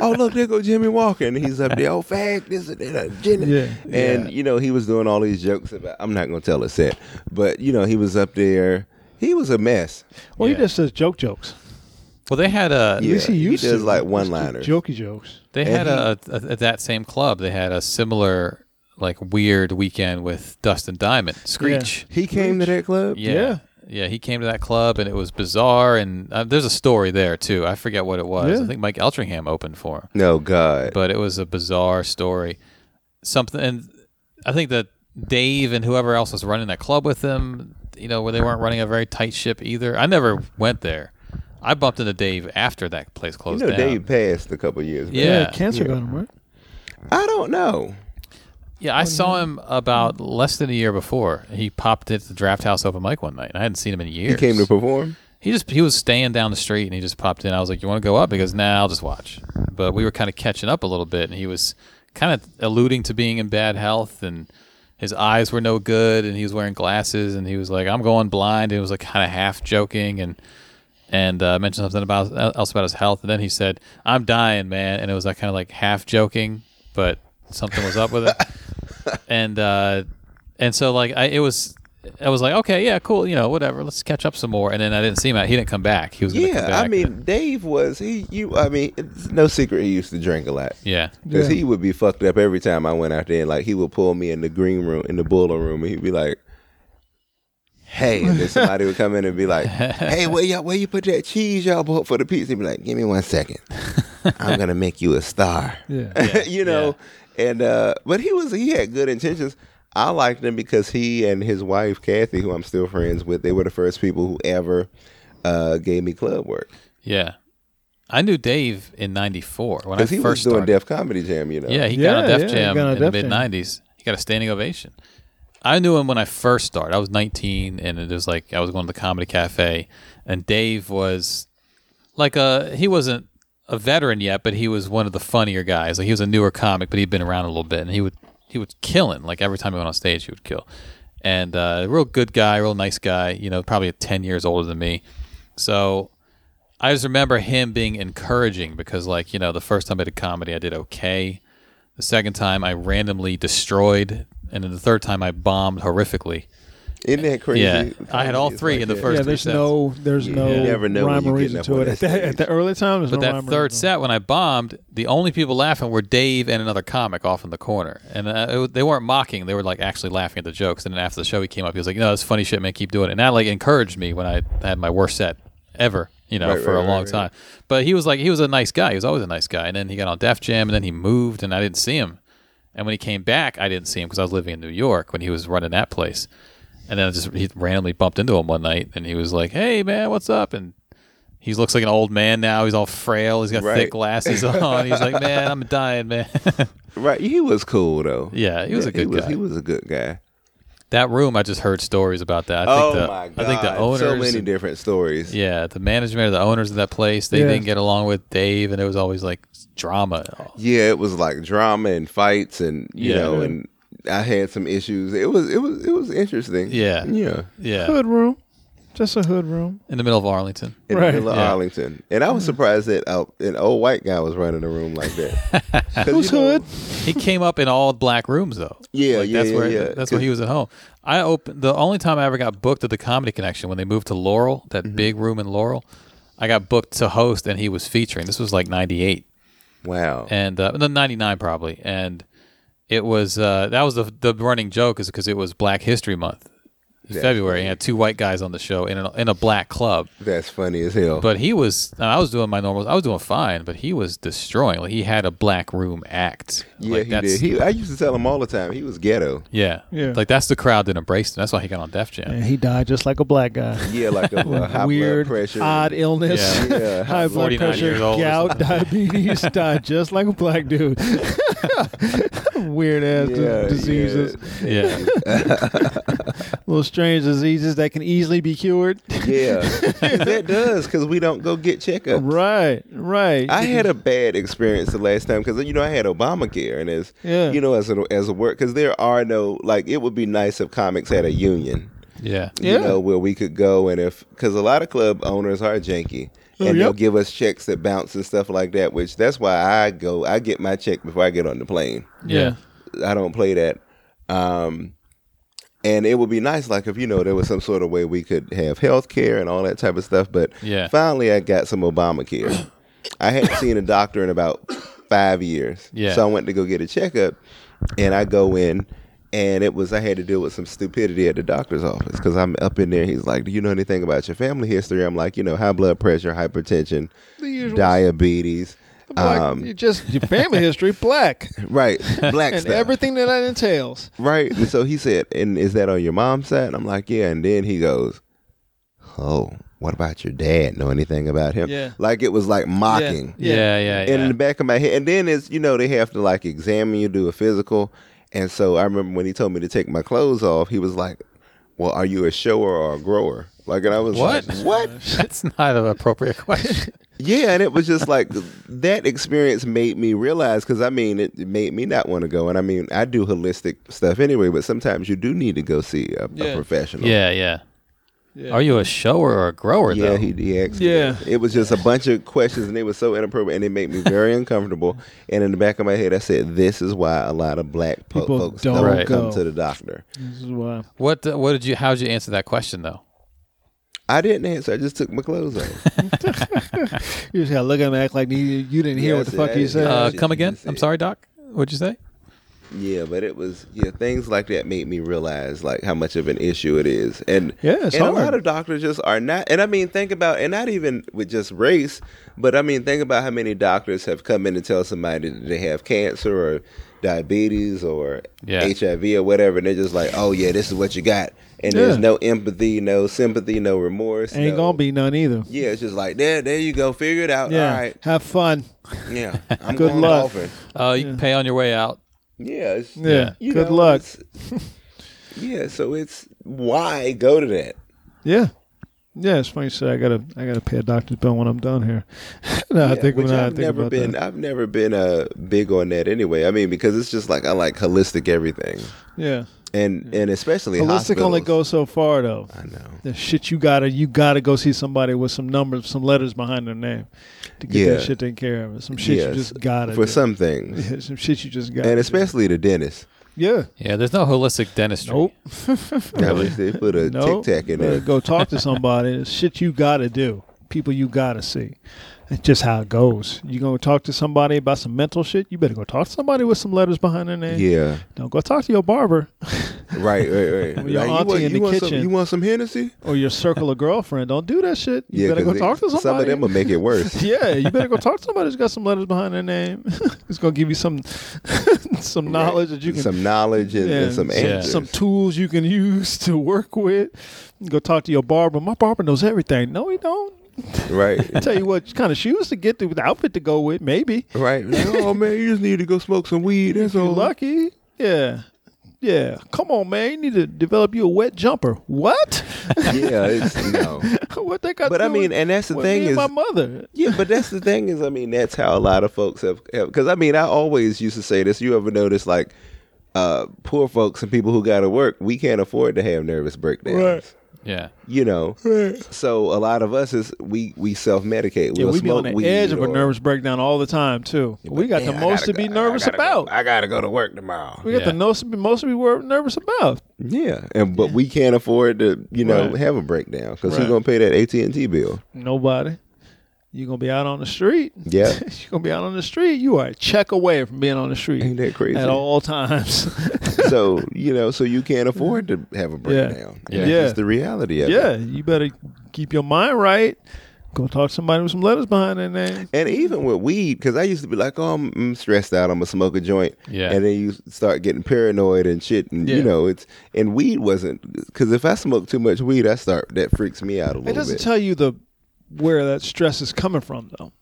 [SPEAKER 7] oh, look, there go Jimmy Walker, and he's up there. Oh, fag, this and that, uh, Jimmy.
[SPEAKER 5] Yeah,
[SPEAKER 7] and you know he was doing all these jokes about. I'm not gonna tell a set, but you know he was up there. He was a mess.
[SPEAKER 5] Well,
[SPEAKER 6] Yeah.
[SPEAKER 5] Oh, he just says joke jokes.
[SPEAKER 6] Well, they had a
[SPEAKER 7] Yeah,
[SPEAKER 5] At least he used
[SPEAKER 7] does
[SPEAKER 5] to.
[SPEAKER 7] like
[SPEAKER 5] Let's
[SPEAKER 7] one
[SPEAKER 5] do
[SPEAKER 7] liners.
[SPEAKER 5] Jokey jokes.
[SPEAKER 6] They had a, a- at that same club. They had a similar like weird weekend with Dustin Diamond, Screech.
[SPEAKER 7] He came to that club.
[SPEAKER 6] Yeah. yeah.
[SPEAKER 5] Yeah.
[SPEAKER 6] he came to that club and it was bizarre. And uh, there's a story there too. I forget what it was.
[SPEAKER 5] Yeah.
[SPEAKER 6] I think Mike Eltringham opened for him,
[SPEAKER 7] No God.
[SPEAKER 6] but it was a bizarre story. Something, and I think that Dave and whoever else was running that club with him, you know, where they weren't running a very tight ship either. I never went there. I bumped into Dave after that place
[SPEAKER 7] You
[SPEAKER 6] closed
[SPEAKER 7] know,
[SPEAKER 6] down.
[SPEAKER 7] Dave passed a couple years. back.
[SPEAKER 6] Yeah.
[SPEAKER 5] cancer got him, right?
[SPEAKER 7] I don't know.
[SPEAKER 6] Yeah, I saw him about less than a year before. He popped into the draft house open mic one night. and I hadn't seen him in years.
[SPEAKER 7] He came to perform.
[SPEAKER 6] He just he was staying down the street and he just popped in. I was like, "You want to go up?" He goes, "Nah, I'll just watch." But we were kind of catching up a little bit, and he was kind of alluding to being in bad health, and his eyes were no good, and he was wearing glasses, and he was like, "I'm going blind." And he was like kind of half joking and and uh, mentioned something about else about his health, and then he said, "I'm dying, man," and it was like kind of like half joking, but something was up with it.
[SPEAKER 7] *laughs*
[SPEAKER 6] and uh, and so like I it was I was like okay yeah cool you know whatever let's catch up some more and then I didn't see him he didn't come back he was gonna come
[SPEAKER 7] Yeah,
[SPEAKER 6] back.
[SPEAKER 7] I mean, Dave was he. You, I mean, it's no secret he used to drink a lot.
[SPEAKER 6] yeah
[SPEAKER 7] Because he would be fucked up every time I went out there. Like he would pull me in the green room, in the boiler room, and he'd be like, "Hey," and then somebody would come in and
[SPEAKER 6] *laughs*
[SPEAKER 7] be like, "Hey, where y'all, where you put that cheese y'all bought for the pizza?" He'd be like, "Give me one second. I'm gonna make you a star."
[SPEAKER 5] Yeah.
[SPEAKER 7] *laughs* you know. And uh, but he was he had good intentions. I liked him because he and his wife Kathy, who I'm still friends with, they were the first people who ever uh, gave me club work
[SPEAKER 6] yeah I knew Dave in '94 when I first
[SPEAKER 7] because he was doing
[SPEAKER 6] started.
[SPEAKER 7] Def Comedy Jam. You know.
[SPEAKER 6] Yeah, he
[SPEAKER 5] Yeah,
[SPEAKER 6] got on
[SPEAKER 5] yeah,
[SPEAKER 6] Def
[SPEAKER 5] he
[SPEAKER 6] Jam
[SPEAKER 5] got on
[SPEAKER 6] in
[SPEAKER 5] Def
[SPEAKER 6] the mid
[SPEAKER 5] Jam.
[SPEAKER 6] '90s. He got a standing ovation. I knew him when I first started. I was 19, and it was like I was going to the comedy cafe, and Dave was like a he wasn't a veteran yet, but he was one of the funnier guys. Like he was a newer comic, but he'd been around a little bit, and he would he was killing. Like every time he went on stage, he would kill. And uh, real good guy, real nice guy. You know, probably 10 years older than me. So I just remember him being encouraging because, like, you know, the first time I did comedy, I did okay. The second time, I randomly destroyed, and then the third time, I bombed horrifically.
[SPEAKER 7] Isn't that crazy?
[SPEAKER 6] Yeah, I had all
[SPEAKER 7] It's
[SPEAKER 6] three in the
[SPEAKER 7] that.
[SPEAKER 6] first
[SPEAKER 5] yeah,
[SPEAKER 6] three
[SPEAKER 5] there's
[SPEAKER 6] sets.
[SPEAKER 5] no, there's no
[SPEAKER 7] You never know when
[SPEAKER 5] rhyme or
[SPEAKER 7] you're
[SPEAKER 5] reason
[SPEAKER 7] getting
[SPEAKER 5] to it.
[SPEAKER 7] up on
[SPEAKER 5] At
[SPEAKER 7] that
[SPEAKER 5] the, at the early time, there's
[SPEAKER 6] But
[SPEAKER 5] no
[SPEAKER 6] that
[SPEAKER 5] rhyme or
[SPEAKER 6] third
[SPEAKER 5] reason.
[SPEAKER 6] set, when I bombed, the only people laughing were Dave and another comic off in the corner, and uh, it, wa- they weren't mocking; they were like actually laughing at the jokes. And then after the show, he came up, he was like, "No, that's funny shit, man. Keep doing it." And that like encouraged me when I had my worst set ever, you know,
[SPEAKER 7] Right,
[SPEAKER 6] for
[SPEAKER 7] right,
[SPEAKER 6] a
[SPEAKER 7] right,
[SPEAKER 6] long
[SPEAKER 7] right.
[SPEAKER 6] time. But he was like, he was a nice guy. He was always a nice guy. And then he got on Def Jam, and then he moved, and I didn't see him. And when he came back, I didn't see him because I was living in New York when he was running that place. And then I just he randomly bumped into him one night, and he was like, "Hey, man, what's up?" And he looks like an old man now. He's all frail. He's got
[SPEAKER 7] Right.
[SPEAKER 6] thick glasses on. He's like, man, I'm dying, man. *laughs*
[SPEAKER 7] Right, he was cool though.
[SPEAKER 6] Yeah, he was a
[SPEAKER 7] he
[SPEAKER 6] good
[SPEAKER 7] was,
[SPEAKER 6] guy.
[SPEAKER 7] He was a good guy.
[SPEAKER 6] that room, I just heard stories about that. I
[SPEAKER 7] oh
[SPEAKER 6] think the,
[SPEAKER 7] my god!
[SPEAKER 6] I think the owners,
[SPEAKER 7] so many different stories.
[SPEAKER 6] yeah, the management or the owners of that place, they
[SPEAKER 5] Yeah.
[SPEAKER 6] didn't get along with Dave, and it was always like drama.
[SPEAKER 7] Yeah, it was like drama and fights, and you
[SPEAKER 6] Yeah.
[SPEAKER 7] know, and I had some issues. It was, it was, it was interesting.
[SPEAKER 6] Yeah.
[SPEAKER 7] yeah.
[SPEAKER 6] Yeah,
[SPEAKER 5] hood room, just a hood room.
[SPEAKER 6] in the middle of Arlington.
[SPEAKER 7] In
[SPEAKER 5] Right. Mm-hmm.
[SPEAKER 7] the middle of
[SPEAKER 6] Yeah.
[SPEAKER 7] Arlington, and I was surprised that uh, an old white guy was running a room like
[SPEAKER 6] *laughs*
[SPEAKER 7] that. 'Cause, you
[SPEAKER 5] Who's
[SPEAKER 7] know,
[SPEAKER 5] hood?
[SPEAKER 6] he came up in all black rooms though.
[SPEAKER 7] *laughs* Yeah,
[SPEAKER 6] Like,
[SPEAKER 7] yeah,
[SPEAKER 6] that's
[SPEAKER 7] yeah,
[SPEAKER 6] where
[SPEAKER 7] yeah.
[SPEAKER 6] that's where he was at home. I opened the only time I ever got booked at the Comedy Connection when they moved to Laurel, that
[SPEAKER 7] Mm-hmm.
[SPEAKER 6] big room in Laurel. I got booked to host, and he was featuring. This was like '98
[SPEAKER 7] Wow.
[SPEAKER 6] and uh, no, 99 probably and it was uh, that was the, the running joke is because it was black history month in february and had two white guys on the show in a, in a black club
[SPEAKER 7] That's funny as hell.
[SPEAKER 6] but he was i was doing my normals i was doing fine but he was destroying like he had a black room act
[SPEAKER 7] yeah,
[SPEAKER 6] like,
[SPEAKER 7] he did. He, I used to tell him all the time he was ghetto.
[SPEAKER 6] yeah
[SPEAKER 5] Yeah.
[SPEAKER 6] like that's the crowd that embraced him that's why he got on def jam
[SPEAKER 5] And he died just like a black guy.
[SPEAKER 7] Yeah, like
[SPEAKER 5] *laughs*
[SPEAKER 7] a, uh, high
[SPEAKER 5] Weird,
[SPEAKER 7] blood pressure,
[SPEAKER 5] odd illness, *laughs*
[SPEAKER 6] Yeah.
[SPEAKER 7] Yeah,
[SPEAKER 5] high blood
[SPEAKER 6] 49
[SPEAKER 5] pressure,
[SPEAKER 6] years old or
[SPEAKER 5] gout, diabetes, died just like a black dude.
[SPEAKER 7] *laughs*
[SPEAKER 5] *laughs* Weird ass
[SPEAKER 7] yeah,
[SPEAKER 5] diseases,
[SPEAKER 6] yeah
[SPEAKER 5] little strange diseases that can easily be
[SPEAKER 7] *laughs*
[SPEAKER 5] cured. *laughs*
[SPEAKER 7] Yeah, that does because we don't go get checkups.
[SPEAKER 5] right, right.
[SPEAKER 7] I had a bad experience the last time because you know I had Obamacare, and as
[SPEAKER 5] Yeah.
[SPEAKER 7] you know, as a as a work, because there are no like it would be nice if comics had a union,
[SPEAKER 6] *laughs* yeah
[SPEAKER 5] *laughs* Yeah.
[SPEAKER 7] you know, where we could go and if because a lot of club owners are janky and they'll
[SPEAKER 5] Oh, yep.
[SPEAKER 7] give us checks that bounce and stuff like that, which that's why I go I get my check before I get on the plane.
[SPEAKER 6] yeah
[SPEAKER 7] I don't play that. Um, and it would be nice, like if you know there was some sort of way we could have health care and all that type of stuff. But
[SPEAKER 6] Yeah.
[SPEAKER 7] finally, I got some Obamacare. I hadn't seen a doctor in about five years,
[SPEAKER 6] Yeah.
[SPEAKER 7] so I went to go get a checkup, and I go in. And it was I had to deal with some stupidity at the doctor's office because I'm up in there. He's like, "Do you know anything about your family history?" I'm like, "You know, high blood pressure, hypertension,
[SPEAKER 5] usual-
[SPEAKER 7] diabetes,
[SPEAKER 5] Black-
[SPEAKER 7] um,
[SPEAKER 5] you just your family
[SPEAKER 7] *laughs*
[SPEAKER 5] history, black,
[SPEAKER 7] right,
[SPEAKER 5] *laughs*
[SPEAKER 7] black
[SPEAKER 5] and
[SPEAKER 7] stuff.
[SPEAKER 5] everything that that entails.
[SPEAKER 7] Right. And so he said, and is that on your mom's side? And I'm like, yeah. And then he goes, oh, what about your dad? Know anything about him?
[SPEAKER 5] Yeah.
[SPEAKER 7] Like it was like mocking.
[SPEAKER 5] Yeah.
[SPEAKER 6] yeah yeah
[SPEAKER 7] And in
[SPEAKER 6] yeah
[SPEAKER 7] the back of my head, and then it's, you know, they have to like examine you, do a physical. And so I remember when he told me to take my clothes off, he was like, well, are you a shower or a grower? Like, and I
[SPEAKER 6] *laughs*
[SPEAKER 7] was
[SPEAKER 6] what
[SPEAKER 7] like, what?
[SPEAKER 5] *laughs*
[SPEAKER 6] that's not an appropriate question
[SPEAKER 7] Yeah, and it was just like that experience made me realize because I mean it made me not want to go, and I mean I do holistic stuff anyway, but sometimes you do need to go see a, a professional.
[SPEAKER 6] yeah yeah Are you a shower or a grower?
[SPEAKER 7] Yeah,
[SPEAKER 6] though?
[SPEAKER 7] he DX.
[SPEAKER 5] Yeah.
[SPEAKER 7] It was just a bunch of questions and they were so inappropriate and it made me very uncomfortable. And in the back of my head, I said, This is why a lot of black po-
[SPEAKER 5] People
[SPEAKER 7] folks
[SPEAKER 5] don't
[SPEAKER 7] don't,
[SPEAKER 5] go.
[SPEAKER 7] come to the doctor.
[SPEAKER 5] This is why.
[SPEAKER 6] What uh, what did you how did you answer that question though?
[SPEAKER 7] I didn't answer. I just took my clothes off.
[SPEAKER 5] You just gotta look at him, act like you, you didn't hear
[SPEAKER 7] Yeah,
[SPEAKER 5] what the
[SPEAKER 7] I
[SPEAKER 5] fuck
[SPEAKER 7] said,
[SPEAKER 5] he
[SPEAKER 7] I-
[SPEAKER 5] said.
[SPEAKER 7] Yeah,
[SPEAKER 6] Uh,
[SPEAKER 7] she-
[SPEAKER 6] come
[SPEAKER 7] she
[SPEAKER 6] again?
[SPEAKER 7] just
[SPEAKER 6] I'm
[SPEAKER 7] said-
[SPEAKER 6] sorry, Doc. What'd you say?
[SPEAKER 7] yeah, but it was, yeah, things like that made me realize like how much of an issue it is. And,
[SPEAKER 5] Yeah, it's
[SPEAKER 7] and a
[SPEAKER 5] hard.
[SPEAKER 7] lot of doctors just are not, and I mean, think about, and not even with just race, but I mean, think about how many doctors have come in and tell somebody that they have cancer or diabetes or
[SPEAKER 6] Yeah.
[SPEAKER 7] HIV or whatever, and they're just like, oh yeah, this is what you got, and there's
[SPEAKER 5] Yeah.
[SPEAKER 7] no empathy, no sympathy, no remorse.
[SPEAKER 5] Ain't
[SPEAKER 7] no-
[SPEAKER 5] gonna be none either.
[SPEAKER 7] Yeah, it's just like there, there you go, figure it out.
[SPEAKER 5] Yeah.
[SPEAKER 7] All right,
[SPEAKER 5] Have fun. *laughs*
[SPEAKER 7] yeah, I'm
[SPEAKER 5] Good
[SPEAKER 7] going
[SPEAKER 5] luck.
[SPEAKER 7] golfing.
[SPEAKER 6] Uh, you can pay on your way out.
[SPEAKER 7] Yeah, it's, uh,
[SPEAKER 5] Yeah.
[SPEAKER 7] you
[SPEAKER 5] Good
[SPEAKER 7] know,
[SPEAKER 5] luck.
[SPEAKER 7] it's- *laughs* yeah, so it's why go to that?
[SPEAKER 5] Yeah. Yeah, it's funny you say I gotta I gotta pay a doctor's bill when I'm done here. *laughs* no, I
[SPEAKER 7] Yeah,
[SPEAKER 5] think when
[SPEAKER 7] which
[SPEAKER 5] I
[SPEAKER 7] I've
[SPEAKER 5] think
[SPEAKER 7] never
[SPEAKER 5] about
[SPEAKER 7] been.
[SPEAKER 5] that.
[SPEAKER 7] I've never been uh, big on that anyway. I mean, because it's just like I like holistic everything,
[SPEAKER 5] Yeah.
[SPEAKER 7] and and especially
[SPEAKER 5] Holistic only
[SPEAKER 7] hospitals.
[SPEAKER 5] goes so far though.
[SPEAKER 7] I know.
[SPEAKER 5] The shit you gotta you gotta go see somebody with some numbers, some letters behind their name to get
[SPEAKER 7] Yeah.
[SPEAKER 5] that shit taken care of. Some shit you
[SPEAKER 7] Yes,
[SPEAKER 5] just gotta
[SPEAKER 7] for
[SPEAKER 5] do.
[SPEAKER 7] some things,
[SPEAKER 5] *laughs* Yeah, some shit you just gotta
[SPEAKER 7] and
[SPEAKER 5] do.
[SPEAKER 7] especially
[SPEAKER 5] *laughs*
[SPEAKER 7] the dentist.
[SPEAKER 5] Yeah.
[SPEAKER 6] Yeah, there's no holistic dentistry.
[SPEAKER 5] Nope.
[SPEAKER 7] I wish they put a
[SPEAKER 5] No,
[SPEAKER 7] tic tac in
[SPEAKER 5] better
[SPEAKER 7] there.
[SPEAKER 5] go talk to
[SPEAKER 7] *laughs*
[SPEAKER 5] somebody. It's shit you gotta do. People you gotta see. That's just how it goes. You gonna talk to somebody about some mental shit? You better go talk to somebody with some letters behind their name.
[SPEAKER 7] Yeah,
[SPEAKER 5] Don't go talk to your barber *laughs*
[SPEAKER 7] right, right, right.
[SPEAKER 5] Your auntie in the
[SPEAKER 7] want some-
[SPEAKER 5] kitchen.
[SPEAKER 7] you want some Hennessy?
[SPEAKER 5] or your
[SPEAKER 7] *laughs*
[SPEAKER 5] circle of girlfriend. Don't do that shit. You better go
[SPEAKER 7] 'cause it-
[SPEAKER 5] talk to somebody.
[SPEAKER 7] Some of them will make it worse.
[SPEAKER 5] *laughs* yeah, you better go talk to somebody who's got some letters behind their name. *laughs* it's gonna give you some *laughs* some knowledge that you can
[SPEAKER 7] some knowledge and, and some answers.
[SPEAKER 5] some tools you can *laughs* use to work with. Go talk to your barber. My barber knows everything. No, he don't. *laughs*
[SPEAKER 7] right.
[SPEAKER 5] Tell you what kind of shoes to get, to, the outfit to go with, maybe.
[SPEAKER 7] Right. Like, oh man, you just need to go smoke some weed. That's
[SPEAKER 5] You
[SPEAKER 7] all.
[SPEAKER 5] lucky, yeah, yeah. Come on, man, you need to develop you a wet jumper. What? *laughs*
[SPEAKER 7] Yeah, it's no.
[SPEAKER 5] what that got?
[SPEAKER 7] But
[SPEAKER 5] to
[SPEAKER 7] I
[SPEAKER 5] do
[SPEAKER 7] mean,
[SPEAKER 5] with-
[SPEAKER 7] and that's the
[SPEAKER 5] with
[SPEAKER 7] thing
[SPEAKER 5] me and
[SPEAKER 7] is-
[SPEAKER 5] my mother.
[SPEAKER 7] *laughs* Yeah, but that's the thing is, I mean, that's how a lot of folks have. Because I mean, I always used to say this. You ever notice like uh, poor folks and people who got to work, we can't afford to have nervous breakdowns.
[SPEAKER 5] Right.
[SPEAKER 6] Yeah.
[SPEAKER 7] You know, so a lot of us is we we self medicate.
[SPEAKER 5] Yeah,
[SPEAKER 7] we'll
[SPEAKER 5] we be on
[SPEAKER 7] smoke
[SPEAKER 5] the
[SPEAKER 7] weed
[SPEAKER 5] edge of a
[SPEAKER 7] or-
[SPEAKER 5] nervous breakdown all the time too. we got the
[SPEAKER 7] Yeah, I
[SPEAKER 5] most
[SPEAKER 7] gotta
[SPEAKER 5] to be
[SPEAKER 7] go- I
[SPEAKER 5] nervous
[SPEAKER 7] gotta go-
[SPEAKER 5] about.
[SPEAKER 7] I gotta go to work tomorrow.
[SPEAKER 5] we got the
[SPEAKER 6] Yeah.
[SPEAKER 5] most, most to be wor- nervous about.
[SPEAKER 7] Yeah, and but we can't afford to, you know,
[SPEAKER 5] Right.
[SPEAKER 7] have a breakdown because
[SPEAKER 5] Right.
[SPEAKER 7] who's gonna pay that AT and T bill?
[SPEAKER 5] Nobody. You're gonna be out on the street. *laughs*
[SPEAKER 7] Yeah.
[SPEAKER 5] You're gonna be out on the street. You are a check away from being on the street.
[SPEAKER 7] Ain't that crazy?
[SPEAKER 5] At all times. *laughs*
[SPEAKER 7] so you know, so you can't afford to have a breakdown.
[SPEAKER 6] Yeah.
[SPEAKER 7] And that's
[SPEAKER 5] Yeah.
[SPEAKER 7] just the reality of it.
[SPEAKER 5] yeah. You better keep your mind right. Go talk to somebody with some letters behind their name.
[SPEAKER 7] And even with weed, because I used to be like, oh, I'm, I'm stressed out. I'm gonna smoke a joint.
[SPEAKER 6] Yeah.
[SPEAKER 7] And then you start getting paranoid and shit, and
[SPEAKER 5] Yeah.
[SPEAKER 7] you know, it's and weed wasn't because if I smoke too much weed, I start that freaks me out a
[SPEAKER 5] It
[SPEAKER 7] little
[SPEAKER 5] doesn't
[SPEAKER 7] bit.
[SPEAKER 5] tell you the where that stress is coming from though.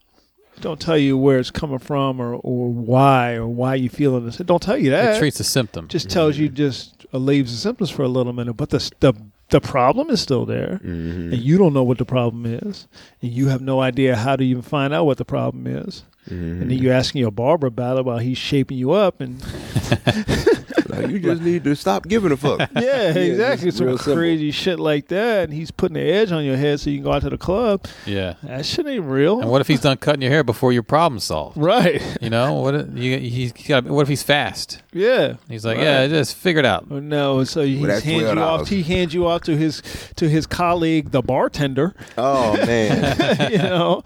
[SPEAKER 5] It don't tell you where it's coming from or, or why or why you feeling this. It don't tell you that.
[SPEAKER 6] It treats the symptom.
[SPEAKER 5] just tells you just alleviates the symptoms for a little minute, but the the the problem is still there,
[SPEAKER 7] Mm-hmm.
[SPEAKER 5] and you don't know what the problem is, and you have no idea how to even find out what the problem is, and
[SPEAKER 7] Mm-hmm.
[SPEAKER 5] then you're asking your barber about it while he's shaping you up,
[SPEAKER 7] *laughs*
[SPEAKER 5] and
[SPEAKER 7] Like, you just need to stop giving a fuck.
[SPEAKER 5] *laughs* yeah, exactly,
[SPEAKER 7] just
[SPEAKER 5] some
[SPEAKER 7] real simple.
[SPEAKER 5] crazy shit like that, and he's putting the edge on your head so you can go out to the club.
[SPEAKER 6] yeah.
[SPEAKER 5] That shit ain't real, *laughs*
[SPEAKER 6] And what if he's done cutting your hair before your problem solved?
[SPEAKER 5] right?
[SPEAKER 6] You know what? If, you, he's got. What if he's fast?
[SPEAKER 5] Yeah.
[SPEAKER 6] He's like, yeah, just figure it out.
[SPEAKER 5] Oh, No, so he
[SPEAKER 7] Well, that's
[SPEAKER 5] hands you off.
[SPEAKER 7] $12.
[SPEAKER 5] He hands you off to his to his colleague, the bartender. *laughs*
[SPEAKER 7] Oh man, *laughs*
[SPEAKER 5] you know,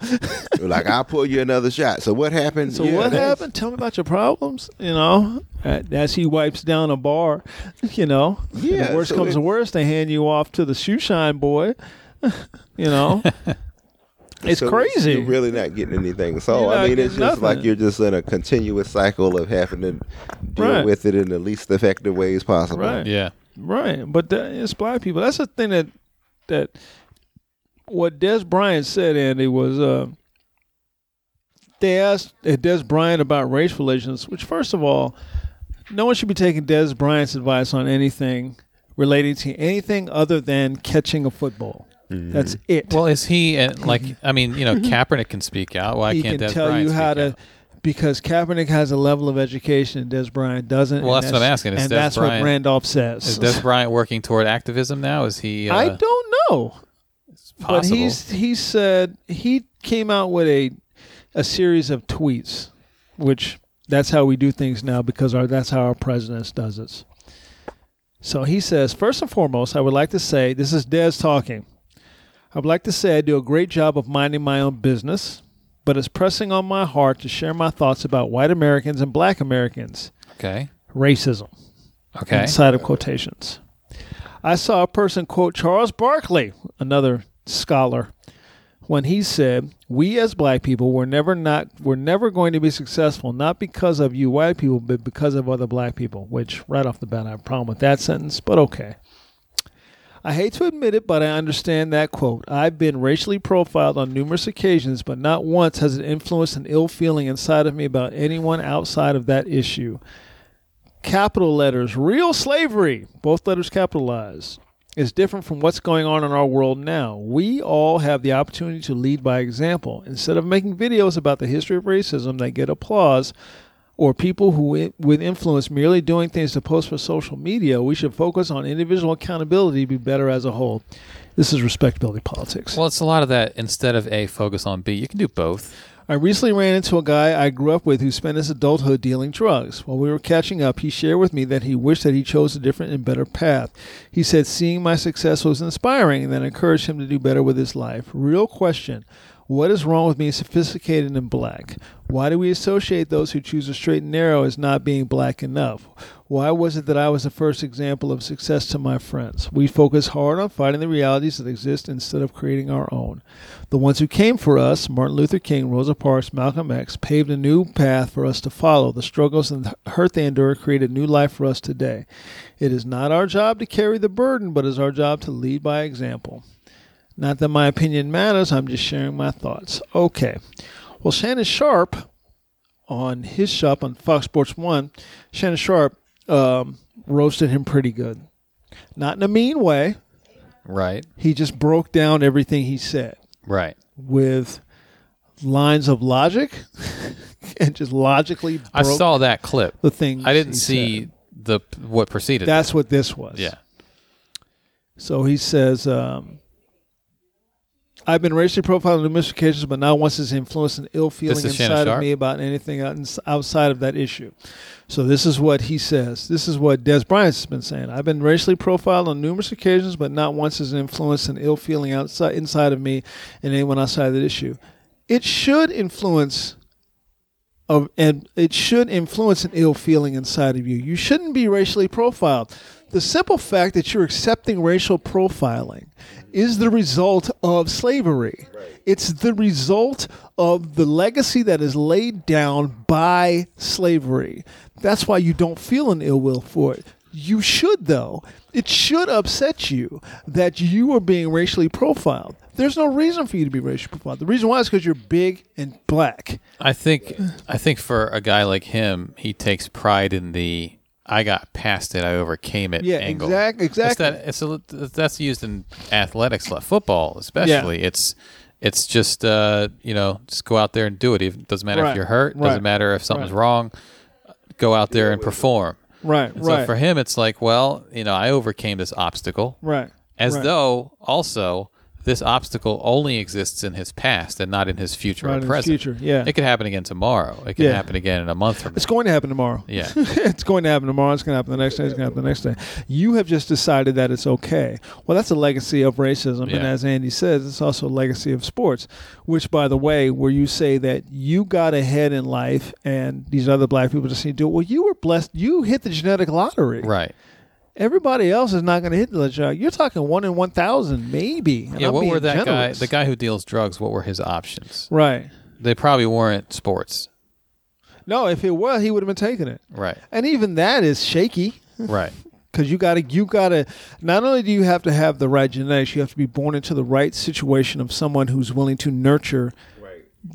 [SPEAKER 7] like I'll pour you another shot. So what happened?
[SPEAKER 5] So
[SPEAKER 7] Yeah,
[SPEAKER 5] what
[SPEAKER 7] *laughs* that's-
[SPEAKER 5] happened? Tell me about your problems. You know, Uh, as he wipes down a bar, you know, and
[SPEAKER 7] Yeah,
[SPEAKER 5] The worst
[SPEAKER 7] so
[SPEAKER 5] comes
[SPEAKER 7] it-
[SPEAKER 5] to worst, they hand you off to the shoe shine boy. *laughs* you know, *laughs* it's
[SPEAKER 7] So
[SPEAKER 5] crazy.
[SPEAKER 7] You're really not getting anything.
[SPEAKER 5] You're
[SPEAKER 7] So
[SPEAKER 5] not
[SPEAKER 7] I mean, it's
[SPEAKER 5] getting
[SPEAKER 7] just
[SPEAKER 5] nothing.
[SPEAKER 7] like you're just in a continuous cycle of having to deal
[SPEAKER 5] Right.
[SPEAKER 7] with it in the least effective ways possible.
[SPEAKER 5] Right.
[SPEAKER 6] Yeah.
[SPEAKER 5] Right, but that, it's black people. That's the thing that that what Des Bryant said, Andy, was uh, they asked uh, Des Bryant about race relations. Which, first of all, no one should be taking Des Bryant's advice on anything relating to anything other than catching a football. That's it.
[SPEAKER 6] *laughs* Well, is he *laughs* and like? I mean, you know, Kaepernick can speak out. Why
[SPEAKER 5] he
[SPEAKER 6] can't
[SPEAKER 5] can
[SPEAKER 6] Des
[SPEAKER 5] tell
[SPEAKER 6] Bryant
[SPEAKER 5] you how
[SPEAKER 6] speak
[SPEAKER 5] to.
[SPEAKER 6] out?
[SPEAKER 5] Because Kaepernick has a level of education and Des Bryant doesn't.
[SPEAKER 6] Well,
[SPEAKER 5] and
[SPEAKER 6] that's what I'm asking. Is
[SPEAKER 5] and
[SPEAKER 6] Des
[SPEAKER 5] that's what
[SPEAKER 6] Bryant-
[SPEAKER 5] Randolph says.
[SPEAKER 6] Is Des Bryant working toward activism now? Is he? Uh,
[SPEAKER 5] I don't No, but
[SPEAKER 6] Possible.
[SPEAKER 5] he's he said he came out with a a series of tweets, which that's how we do things now because our that's how our president does it. So he says, first and foremost, I would like to say this is Des talking. I would like to say I do a great job of minding my own business, but it's pressing on my heart to share my thoughts about white Americans and black Americans,
[SPEAKER 6] Okay.
[SPEAKER 5] racism
[SPEAKER 6] Okay.
[SPEAKER 5] inside of quotations. I saw a person quote Charles Barkley, another scholar, when he said, "We as black people were never not were never going to be successful, not because of you white people, but because of other black people." Which, right off the bat, I have a problem with that sentence, but okay. I hate to admit it, but I understand that quote. I've been racially profiled on numerous occasions, but not once has it influenced an ill feeling inside of me about anyone outside of that issue capital letters, real slavery, both letters capitalized, is different from what's going on in our world now. We all have the opportunity to lead by example. Instead of making videos about the history of racism that get applause, or people who i- with influence merely doing things to post for social media, we should focus on individual accountability to be better as a whole. This is respectability politics.
[SPEAKER 6] Well, it's a lot of that. Instead of A, focus on B. You can do both.
[SPEAKER 5] I recently ran into a guy I grew up with who spent his adulthood dealing drugs. While we were catching up, he shared with me that he wished that he chose a different and better path. He said seeing my success was inspiring and that encouraged him to do better with his life. Real question What is wrong with being sophisticated and black? Why do we associate those who choose a straight and narrow as not being black enough? Why was it that I was the first example of success to my friends? We focus hard on fighting the realities that exist instead of creating our own. The ones who came for us, Martin Luther King, Rosa Parks, Malcolm X, paved a new path for us to follow. The struggles and the hurt they endured created new life for us today. It is not our job to carry the burden, but it is our job to lead by example. Not that my opinion matters, I'm just sharing my thoughts. Okay. Well, Shannon Sharp on his shop on Fox Sports One, Shannon Sharp um, roasted him pretty good. Not in a mean way.
[SPEAKER 6] Right.
[SPEAKER 5] He just broke down everything he said
[SPEAKER 6] Right.
[SPEAKER 5] with lines of logic *laughs* and just logically broke
[SPEAKER 6] I saw that clip.
[SPEAKER 5] the thing.
[SPEAKER 6] I didn't
[SPEAKER 5] he
[SPEAKER 6] see
[SPEAKER 5] said.
[SPEAKER 6] the what preceded.
[SPEAKER 5] That's what this was.
[SPEAKER 6] that. yeah.
[SPEAKER 5] So he says, um, I've been racially profiled on numerous occasions, but not once has influenced an ill feeling
[SPEAKER 6] This is Shannon
[SPEAKER 5] inside of
[SPEAKER 6] Sharp?
[SPEAKER 5] me about anything out- outside of that issue. So this is what he says. This is what Des Bryant has been saying. I've been racially profiled on numerous occasions, but not once has influenced an ill feeling outside inside of me and anyone outside of that issue. It should influence of and it should influence an ill feeling inside of you. You shouldn't be racially profiled. The simple fact that you're accepting racial profiling is the result of slavery. It's the result of the legacy that is laid down by slavery. That's why you don't feel an ill will for it. You should, though. It should upset you that you are being racially profiled. There's no reason for you to be racially profiled. The reason why is because you're big and black.
[SPEAKER 6] I think I think for a guy like him, he takes pride in the I got past it, I overcame it
[SPEAKER 5] Yeah,
[SPEAKER 6] angle.
[SPEAKER 5] exact- exactly.
[SPEAKER 6] It's that, it's a, that's used in athletics, like football especially. It's it's just uh, you know just go out there and do it. It doesn't matter
[SPEAKER 5] Right,
[SPEAKER 6] if you're hurt.
[SPEAKER 5] right,
[SPEAKER 6] Doesn't matter if something's
[SPEAKER 5] right.
[SPEAKER 6] wrong. Go out there and perform.
[SPEAKER 5] Right,
[SPEAKER 6] And
[SPEAKER 5] right,
[SPEAKER 6] So for him, it's like, well, you know, I overcame this obstacle.
[SPEAKER 5] right.
[SPEAKER 6] As
[SPEAKER 5] right.
[SPEAKER 6] though also this obstacle only exists in his past and not in his future
[SPEAKER 5] Right,
[SPEAKER 6] or
[SPEAKER 5] in his
[SPEAKER 6] present.
[SPEAKER 5] future, yeah.
[SPEAKER 6] It could happen again tomorrow. It could
[SPEAKER 5] Yeah.
[SPEAKER 6] happen again in a month from now.
[SPEAKER 5] it's going to happen tomorrow.
[SPEAKER 6] Yeah.
[SPEAKER 5] *laughs* it's going to happen tomorrow. It's going to happen the next day. It's going to happen the next day. You have just decided that it's okay. Well, that's a legacy of racism, and
[SPEAKER 6] Yeah.
[SPEAKER 5] as Andy says, it's also a legacy of sports. Which, by the way, where you say that you got ahead in life, and these other black people just need to do it. Well, you were blessed. You hit the genetic lottery. *laughs*
[SPEAKER 6] Right.
[SPEAKER 5] Everybody else is not going to hit the genetic. You're talking one in one thousand, maybe. and
[SPEAKER 6] Yeah.
[SPEAKER 5] I'm
[SPEAKER 6] what were
[SPEAKER 5] being
[SPEAKER 6] that guy?
[SPEAKER 5] generous.
[SPEAKER 6] The guy who deals drugs. What were his options?
[SPEAKER 5] Right.
[SPEAKER 6] They probably weren't sports.
[SPEAKER 5] No, if it was, he would have been taking it.
[SPEAKER 6] Right.
[SPEAKER 5] And even that is shaky.
[SPEAKER 6] Right.
[SPEAKER 5] because you gotta you gotta not only do you have to have the right genetics you have to be born into the right situation of someone who's willing to nurture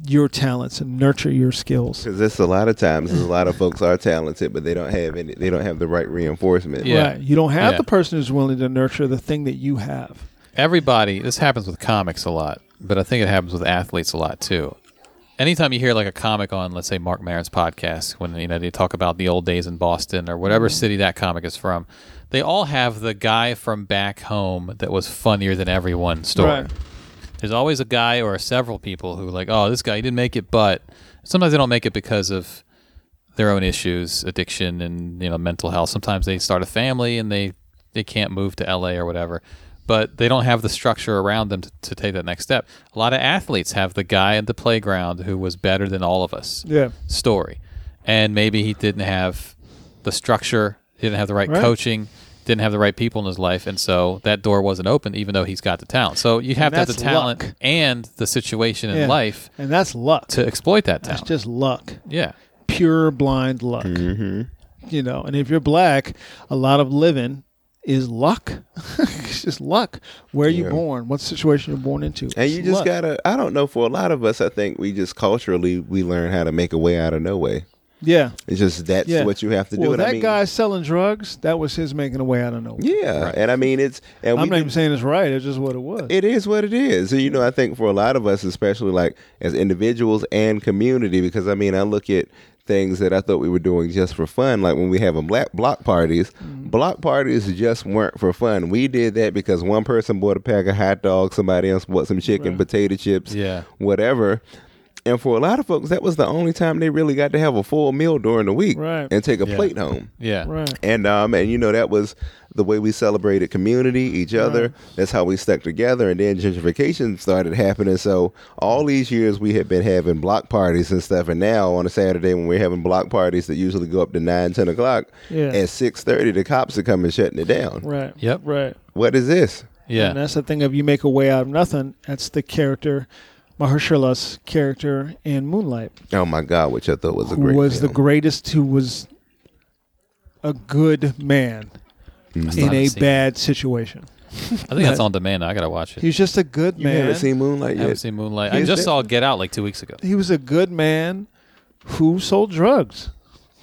[SPEAKER 5] your talents and nurture your skills
[SPEAKER 7] Because it's a lot of times,
[SPEAKER 5] *laughs*
[SPEAKER 7] there's a lot of folks are talented, but they don't have any. They don't have the right reinforcement.
[SPEAKER 6] Yeah.
[SPEAKER 5] right you don't have
[SPEAKER 6] Yeah.
[SPEAKER 5] the person who's willing to nurture the thing that you have
[SPEAKER 6] Everybody. This happens with comics a lot, but I think it happens with athletes a lot too. anytime you hear like a comic on, let's say Mark Maron's podcast, when you know they talk about the old days in Boston or whatever city that comic is from, they all have the guy from back home that was funnier than everyone story.
[SPEAKER 5] Right.
[SPEAKER 6] There's always a guy or several people who like, oh, this guy he didn't make it, but sometimes they don't make it because of their own issues, addiction, and you know mental health. Sometimes they start a family and they they can't move to LA or whatever, but they don't have the structure around them to, to take that next step. A lot of athletes have the guy at the playground who was better than all of us.
[SPEAKER 5] Yeah.
[SPEAKER 6] Story, and maybe he didn't have the structure, didn't have the right,
[SPEAKER 5] Right.
[SPEAKER 6] coaching. Didn't have the right people in his life, and so that door wasn't open, even though he's got the talent. So you have to have the
[SPEAKER 5] that's
[SPEAKER 6] talent
[SPEAKER 5] luck.
[SPEAKER 6] and the situation in
[SPEAKER 5] Yeah.
[SPEAKER 6] life
[SPEAKER 5] And that's luck.
[SPEAKER 6] to exploit that
[SPEAKER 5] That's
[SPEAKER 6] talent.
[SPEAKER 5] just luck.
[SPEAKER 6] yeah,
[SPEAKER 5] Pure blind luck.
[SPEAKER 7] Mm-hmm.
[SPEAKER 5] You know, and if you're black, a lot of living is luck. *laughs* it's just luck. Where you
[SPEAKER 7] Yeah.
[SPEAKER 5] born? What situation you're born into?
[SPEAKER 7] And
[SPEAKER 5] It's
[SPEAKER 7] you just
[SPEAKER 5] luck.
[SPEAKER 7] gotta. I don't know. For a lot of us, I think we just culturally we learn how to make a way out of no way.
[SPEAKER 5] Yeah.
[SPEAKER 7] It's just that's
[SPEAKER 5] Yeah.
[SPEAKER 7] what you have to do.
[SPEAKER 5] Well,
[SPEAKER 7] and
[SPEAKER 5] that
[SPEAKER 7] I mean,
[SPEAKER 5] guy selling drugs, that was his making a way out of nowhere.
[SPEAKER 7] Yeah, and I mean it's. And
[SPEAKER 5] I'm
[SPEAKER 7] we
[SPEAKER 5] not
[SPEAKER 7] did-
[SPEAKER 5] even saying it's right. It's just what it was.
[SPEAKER 7] it is what it is. And, you know, I think for a lot of us, especially like as individuals and community, because I mean, I look at things that I thought we were doing just for fun, like when we have a black block parties.
[SPEAKER 5] Mm-hmm.
[SPEAKER 7] Block parties just weren't for fun. We did that because one person bought a pack of hot dogs, somebody else bought some chicken, potato chips,
[SPEAKER 6] Yeah.
[SPEAKER 7] whatever. And for a lot of folks, that was the only time they really got to have a full meal during the week
[SPEAKER 5] Right.
[SPEAKER 7] and take a plate home
[SPEAKER 6] yeah,
[SPEAKER 5] right.
[SPEAKER 7] and um and you know that was the way we celebrated community each other that's how we stuck together and then gentrification started happening so all these years we had been having block parties and stuff and now on a saturday when we're having block parties that usually go up to 9 10 o'clock
[SPEAKER 5] Yeah.
[SPEAKER 7] at 6.30 the cops are coming shutting it down
[SPEAKER 5] Right.
[SPEAKER 6] Yep.
[SPEAKER 5] Right.
[SPEAKER 7] what is this
[SPEAKER 6] yeah.
[SPEAKER 5] And that's the thing of you make a way out of nothing. That's the character, Mahershala's character in Moonlight,
[SPEAKER 7] oh my god which i thought was a
[SPEAKER 5] who
[SPEAKER 7] great
[SPEAKER 5] was the
[SPEAKER 7] film.
[SPEAKER 5] greatest, who was a good man in
[SPEAKER 6] haven't
[SPEAKER 5] a
[SPEAKER 6] seen
[SPEAKER 5] bad situation.
[SPEAKER 6] I think that's on demand. Now. I gotta watch it.
[SPEAKER 5] He's just a good
[SPEAKER 7] you
[SPEAKER 5] man.
[SPEAKER 7] haven't seen moonlight
[SPEAKER 6] I haven't
[SPEAKER 7] yet
[SPEAKER 6] seen Moonlight. I
[SPEAKER 7] He's
[SPEAKER 6] just
[SPEAKER 7] it.
[SPEAKER 6] saw Get Out like two weeks ago.
[SPEAKER 5] he was a good man who sold drugs,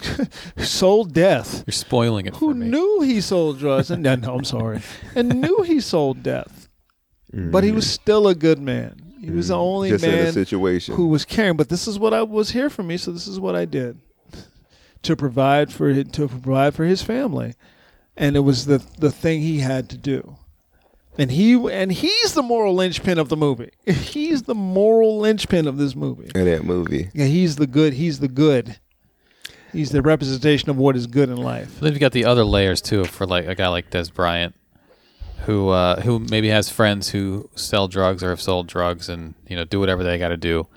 [SPEAKER 5] *laughs* sold death.
[SPEAKER 6] You're spoiling it
[SPEAKER 5] who
[SPEAKER 6] for me.
[SPEAKER 5] knew he sold drugs and *laughs* no, no, I'm sorry, and knew he sold death, but he was still a good man. He was the only
[SPEAKER 7] Mm-hmm. Just in a
[SPEAKER 5] man
[SPEAKER 7] situation.
[SPEAKER 5] who was caring. But this is what I was here for me, so this is what I did to provide for hi- to provide for his family, and it was the the thing he had to do. And he and he's the moral linchpin of the movie. *laughs* He's the moral linchpin of this movie.
[SPEAKER 7] in that movie
[SPEAKER 5] Yeah, he's the good. He's the good. He's the representation of what is good in life.
[SPEAKER 6] But then you've got the other layers too for like a guy like Des Bryant, who uh, who maybe has friends who sell drugs or have sold drugs and you know do whatever they got to do,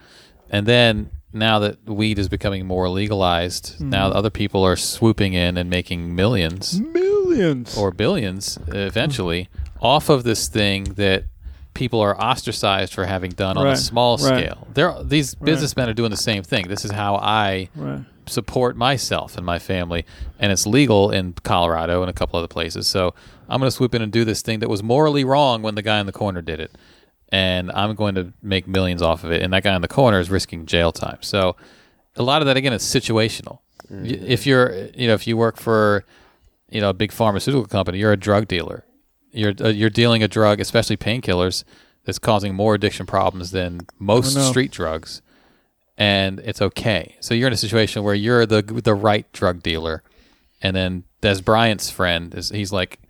[SPEAKER 6] and then now that weed is becoming more legalized,
[SPEAKER 5] Hmm.
[SPEAKER 6] now other people are swooping in and making millions
[SPEAKER 5] millions.
[SPEAKER 6] or billions uh, eventually off of this thing that people are ostracized for having done on a
[SPEAKER 5] Right,
[SPEAKER 6] small
[SPEAKER 5] right.
[SPEAKER 6] scale. They're, these businessmen are doing the same thing. This is how I
[SPEAKER 5] Right.
[SPEAKER 6] support myself and my family, and it's legal in Colorado and a couple other places. So I'm going to swoop in and do this thing that was morally wrong when the guy in the corner did it, and I'm going to make millions off of it. And that guy in the corner is risking jail time. So a lot of that again is situational. Y- If you're, you know, if you work for you know a big pharmaceutical company you're a drug dealer you're uh, you're dealing a drug especially painkillers that's causing more addiction problems than most
[SPEAKER 5] know.
[SPEAKER 6] street drugs and it's okay so you're in a situation where you're the the right drug dealer and then Des Bryant's friend is he's like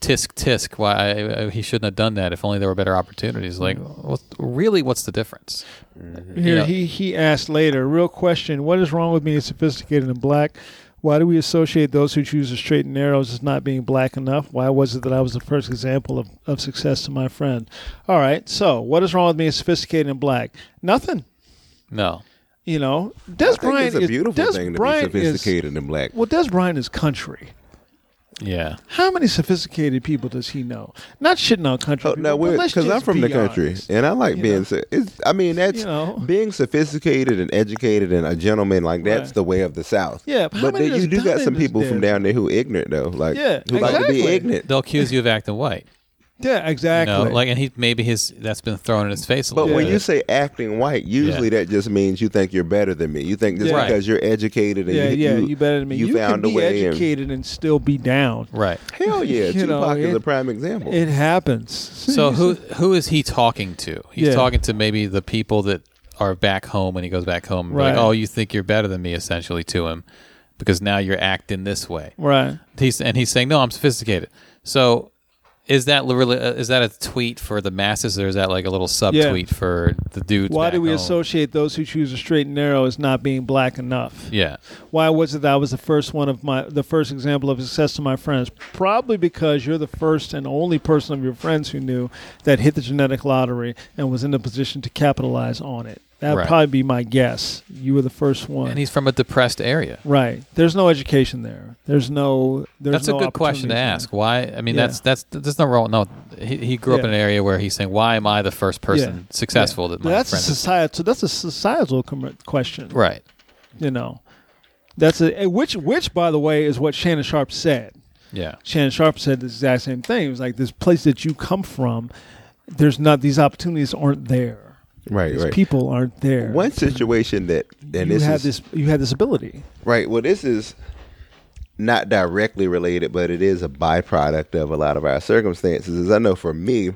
[SPEAKER 6] tisk tisk why I, I- he shouldn't have done that if only there were better opportunities like what, really what's the difference
[SPEAKER 5] Here
[SPEAKER 6] Yeah.
[SPEAKER 5] he he asked later, real question: What is wrong with being sophisticated and black? Why do we associate those who choose the straight and narrows as not being black enough? Why was it that I was the first example of, of success to my friend? All right, so what is wrong with being sophisticated and black? Nothing.
[SPEAKER 6] no
[SPEAKER 5] You know, Des
[SPEAKER 7] I think
[SPEAKER 5] Bryant
[SPEAKER 7] it's a
[SPEAKER 5] is-
[SPEAKER 7] beautiful
[SPEAKER 5] Des
[SPEAKER 7] thing to
[SPEAKER 5] Bryant
[SPEAKER 7] be
[SPEAKER 5] is-
[SPEAKER 7] sophisticated and black.
[SPEAKER 5] well, Des Bryant is country.
[SPEAKER 6] yeah
[SPEAKER 5] How many sophisticated people does he know? Not shitting on country.
[SPEAKER 7] Oh,
[SPEAKER 5] people,
[SPEAKER 7] no,
[SPEAKER 5] but let's
[SPEAKER 7] because I'm
[SPEAKER 5] just
[SPEAKER 7] from
[SPEAKER 5] be
[SPEAKER 7] the country,
[SPEAKER 5] honest.
[SPEAKER 7] and I like
[SPEAKER 5] You
[SPEAKER 7] being.
[SPEAKER 5] know?
[SPEAKER 7] so- It's, I mean, that's
[SPEAKER 5] You know.
[SPEAKER 7] being sophisticated and educated and a gentleman. Like that's
[SPEAKER 5] Right.
[SPEAKER 7] the way of the South.
[SPEAKER 5] Yeah, but how
[SPEAKER 7] but
[SPEAKER 5] many
[SPEAKER 7] then
[SPEAKER 5] of
[SPEAKER 7] you
[SPEAKER 5] us
[SPEAKER 7] do got
[SPEAKER 5] done
[SPEAKER 7] some
[SPEAKER 5] in this
[SPEAKER 7] people from
[SPEAKER 5] damn-
[SPEAKER 7] down there who ignorant though, like
[SPEAKER 5] Yeah,
[SPEAKER 7] who like to be
[SPEAKER 5] exactly.
[SPEAKER 7] ignorant.
[SPEAKER 6] they'll accuse you of acting white
[SPEAKER 5] Yeah,
[SPEAKER 6] you
[SPEAKER 5] exactly.
[SPEAKER 6] know? like and he maybe his that's been thrown in his face a
[SPEAKER 7] But
[SPEAKER 6] little
[SPEAKER 7] when
[SPEAKER 6] bit.
[SPEAKER 7] you say acting white, usually that just means you think you're better than me. You think just
[SPEAKER 6] Yeah. Right.
[SPEAKER 7] because you're educated and
[SPEAKER 5] yeah,
[SPEAKER 7] you,
[SPEAKER 5] yeah,
[SPEAKER 7] you,
[SPEAKER 5] you, better than me.
[SPEAKER 7] You, found
[SPEAKER 5] can
[SPEAKER 7] a
[SPEAKER 5] be
[SPEAKER 7] way. and-
[SPEAKER 5] educated and, still be down.
[SPEAKER 6] right
[SPEAKER 7] hell yeah,
[SPEAKER 5] *laughs* You know,
[SPEAKER 7] Tupac is
[SPEAKER 5] it-
[SPEAKER 7] a prime example.
[SPEAKER 5] It happens.
[SPEAKER 6] So who who is he talking to? He's
[SPEAKER 5] Yeah.
[SPEAKER 6] talking to maybe the people that are back home when he goes back home. and be
[SPEAKER 5] Right.
[SPEAKER 6] Like, oh, you think you're better than me, essentially, to him, because now you're acting this way.
[SPEAKER 5] Right.
[SPEAKER 6] He's and he's saying, no, I'm sophisticated. So, is that li- really uh, is that a tweet for the masses, or is that like a little subtweet for the dudes?
[SPEAKER 5] Why
[SPEAKER 6] back
[SPEAKER 5] do we
[SPEAKER 6] home?
[SPEAKER 5] associate those who choose a straight and narrow as not being black enough?
[SPEAKER 6] Yeah,
[SPEAKER 5] Why was it that I was the first one of my the first example of success to my friends? Probably because you're the first and only person of your friends who knew that hit the genetic lottery and was in a position to capitalize on it. That'd
[SPEAKER 6] Right.
[SPEAKER 5] probably be my guess. You were the first one.
[SPEAKER 6] and he's from a depressed area.
[SPEAKER 5] right. There's no education there. There's no there's
[SPEAKER 6] That's
[SPEAKER 5] no
[SPEAKER 6] a good question to
[SPEAKER 5] opportunities
[SPEAKER 6] ask. Why? I mean,
[SPEAKER 5] Yeah.
[SPEAKER 6] that's that's there's no wrong. No, he, he grew up
[SPEAKER 5] Yeah.
[SPEAKER 6] in an area where he's saying, "Why am I the first
[SPEAKER 5] there.
[SPEAKER 6] person
[SPEAKER 5] Yeah.
[SPEAKER 6] successful that my
[SPEAKER 5] that's a
[SPEAKER 6] friend?" is-
[SPEAKER 5] societal that's a societal com- question.
[SPEAKER 6] Right.
[SPEAKER 5] You know. That's a and which which by the way is what Shannon Sharp said.
[SPEAKER 6] Yeah.
[SPEAKER 5] Shannon Sharp said the exact same thing. It was like this place that you come from, there's not these opportunities aren't there.
[SPEAKER 7] Right,
[SPEAKER 5] These
[SPEAKER 7] right.
[SPEAKER 5] people aren't there.
[SPEAKER 7] One situation that and
[SPEAKER 5] you
[SPEAKER 7] this
[SPEAKER 5] have
[SPEAKER 7] is
[SPEAKER 5] this you have this ability.
[SPEAKER 7] right. Well, this is not directly related, but it is a byproduct of a lot of our circumstances. Is I know for me,